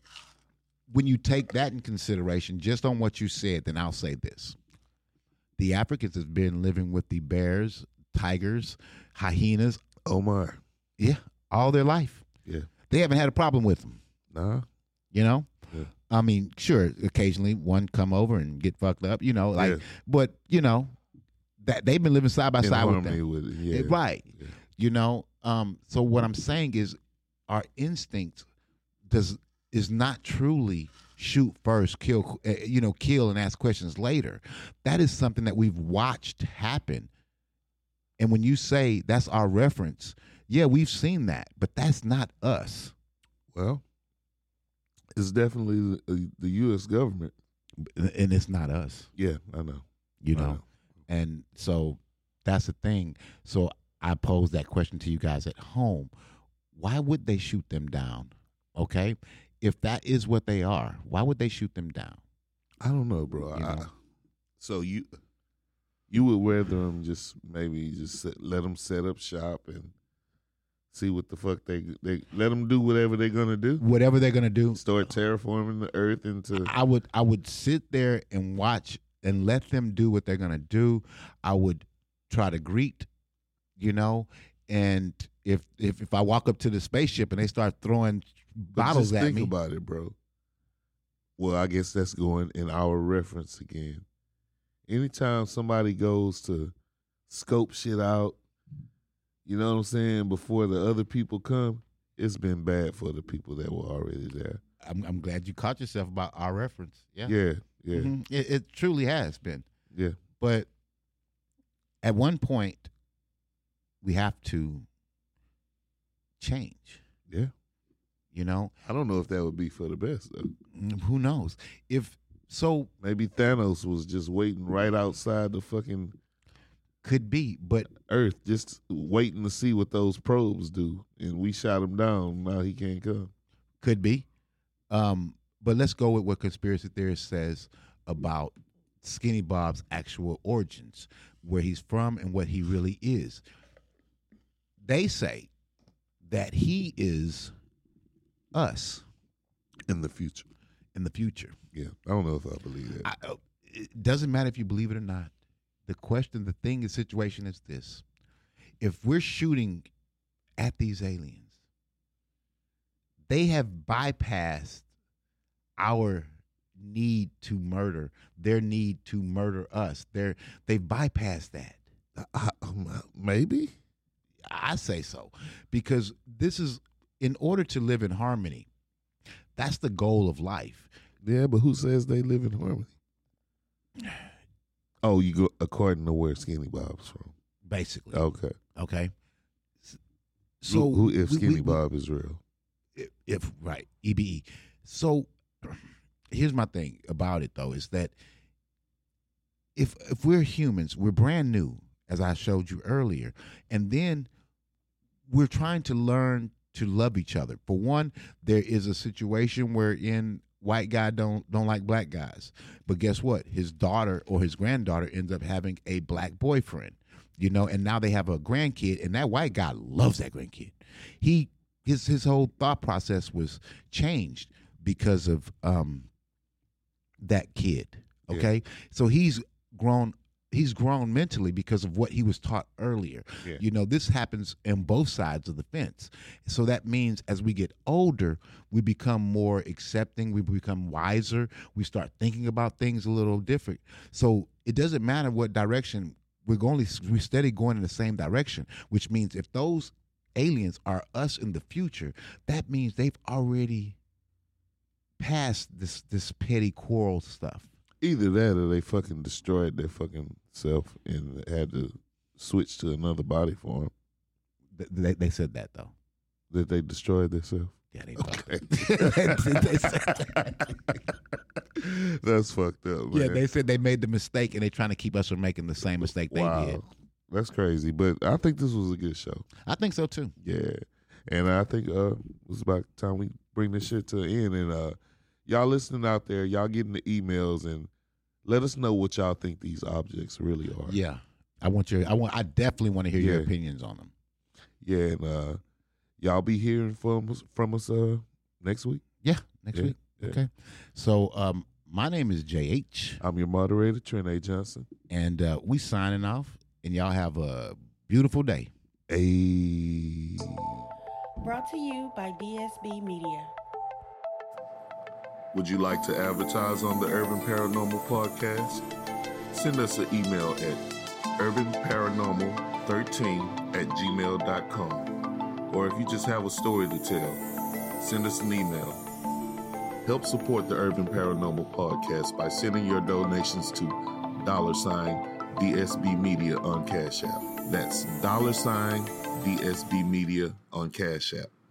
Speaker 2: when you take that in consideration, just on what you said, then I'll say this: the Africans has been living with the bears, tigers, hyenas,
Speaker 3: Oh my.
Speaker 2: yeah, all their life.
Speaker 3: Yeah.
Speaker 2: They haven't had a problem with them.
Speaker 3: Nah.
Speaker 2: You know,
Speaker 3: Yeah.
Speaker 2: I mean, sure, occasionally one come over and get fucked up. You know, like,
Speaker 3: Yeah.
Speaker 2: but you know, that they've been living side by
Speaker 3: In
Speaker 2: side with
Speaker 3: harmony
Speaker 2: them,
Speaker 3: with it, yeah.
Speaker 2: right?
Speaker 3: Yeah.
Speaker 2: You know, um, so what I'm saying is, our instinct does is not truly shoot first, kill, uh, you know, kill and ask questions later. That is something that we've watched happen. And when you say that's our reference, yeah, we've seen that, but that's not us.
Speaker 3: Well, it's definitely the, uh, the U.S. government.
Speaker 2: And it's not us,
Speaker 3: Yeah, I know.
Speaker 2: you
Speaker 3: I
Speaker 2: know. And so that's the thing. So I pose that question to you guys at home. Why would they shoot them down? Okay? If that is what they are, why would they shoot them down?
Speaker 3: I don't know, bro.
Speaker 2: You
Speaker 3: I,
Speaker 2: know.
Speaker 3: so you you would rather them just maybe just set, let them set up shop and see what the fuck they they let them do whatever they're gonna do.
Speaker 2: Whatever they're going to do,
Speaker 3: Start terraforming the earth into
Speaker 2: I would I would sit there and watch and let them do what they're going to do. I would try to greet, you know, and if if if I walk up to the spaceship and they start throwing
Speaker 3: But
Speaker 2: bottles
Speaker 3: just
Speaker 2: at
Speaker 3: think
Speaker 2: me,
Speaker 3: about it, bro. Well, I guess that's going in our reference again. Anytime somebody goes to scope shit out, you know what I'm saying, before the other people come, it's been bad for the people that were already there.
Speaker 2: I'm, I'm glad you caught yourself about our reference. Yeah.
Speaker 3: Yeah, yeah,
Speaker 2: Mhm. It, it truly has been.
Speaker 3: yeah.
Speaker 2: But at one point, we have to change,
Speaker 3: Yeah.
Speaker 2: you know?
Speaker 3: I don't know if that would be for the best though.
Speaker 2: Who knows? If so,
Speaker 3: Maybe Thanos was just waiting right outside the fucking
Speaker 2: could be, but
Speaker 3: Earth, just waiting to see what those probes do, and we shot him down. Now he can't come.
Speaker 2: could be. Um, but let's go with what conspiracy theorist says about Skinny Bob's actual origins, where he's from, and what he really is. They say that he is us
Speaker 3: In the future.
Speaker 2: in the future.
Speaker 3: Yeah, I don't know if I believe that.
Speaker 2: I, uh, it doesn't matter if you believe it or not. The question, the thing, the situation is this: if we're shooting at these aliens, they have bypassed our need to murder, their need to murder us. They're they've bypassed that.
Speaker 3: I- um, uh, maybe.
Speaker 2: I say so because this is in order to live in harmony. That's the goal of life.
Speaker 3: Yeah, but who says they live in harmony? Oh, you go according to where Skinny Bob's from.
Speaker 2: Basically,
Speaker 3: Okay.
Speaker 2: okay. S-
Speaker 3: So Oh. who, if
Speaker 2: we-
Speaker 3: Skinny
Speaker 2: we- we-
Speaker 3: Bob is real?
Speaker 2: if, if right ebe so here's my thing about it though is that if if we're humans we're brand new as i showed you earlier and then we're trying to learn to love each other for one there is a situation wherein white guy don't don't like black guys but guess what his daughter or his granddaughter ends up having a black boyfriend you know and now they have a grandkid and that white guy loves that grandkid he his his whole thought process was changed because of um that kid
Speaker 3: Yeah.
Speaker 2: okay so he's grown he's grown mentally because of what he was taught earlier
Speaker 3: Yeah.
Speaker 2: you know this happens on both sides of the fence so that means as we get older we become more accepting we become wiser we start thinking about things a little different so it doesn't matter what direction we're going we're steady going in the same direction which means if those aliens are us in the future, that means they've already passed this this petty quarrel stuff.
Speaker 3: Either that, or they fucking destroyed their fucking self and had to switch to another body form.
Speaker 2: Th- They, they said that though.
Speaker 3: That they destroyed themselves.
Speaker 2: Yeah, they
Speaker 3: Okay.
Speaker 2: they said,
Speaker 3: That's fucked up. Man.
Speaker 2: yeah, they said they made the mistake and they're trying to keep us from making the same mistake they
Speaker 3: wow.
Speaker 2: did.
Speaker 3: That's crazy, but I think this was a good show.
Speaker 2: I think so too.
Speaker 3: Yeah. And I think uh it's about time we bring this shit to an end. And uh y'all listening out there, y'all getting the emails and let us know what y'all think these objects really are.
Speaker 2: Yeah. I want your I want I definitely want to hear your
Speaker 7: Yeah.
Speaker 2: opinions on them.
Speaker 7: Yeah, and uh, y'all be hearing from us, from us uh, next week.
Speaker 2: Yeah, next
Speaker 7: Yeah,
Speaker 2: week.
Speaker 7: yeah.
Speaker 2: Okay. So um, my name is JH,
Speaker 7: I'm your moderator, Trent A. Johnson.
Speaker 2: and uh, we signing off. And y'all have a beautiful day.
Speaker 7: Ayy.
Speaker 5: Brought to you by BSB Media.
Speaker 3: Would you like to advertise on the Urban Paranormal Podcast? Send us an email at urbanparanormal13 at gmail.com. Or if you just have a story to tell, send us an email. Help support the Urban Paranormal Podcast by sending your donations to dollar sign DSB Media on Cash App. That's dollar sign DSB Media on Cash App.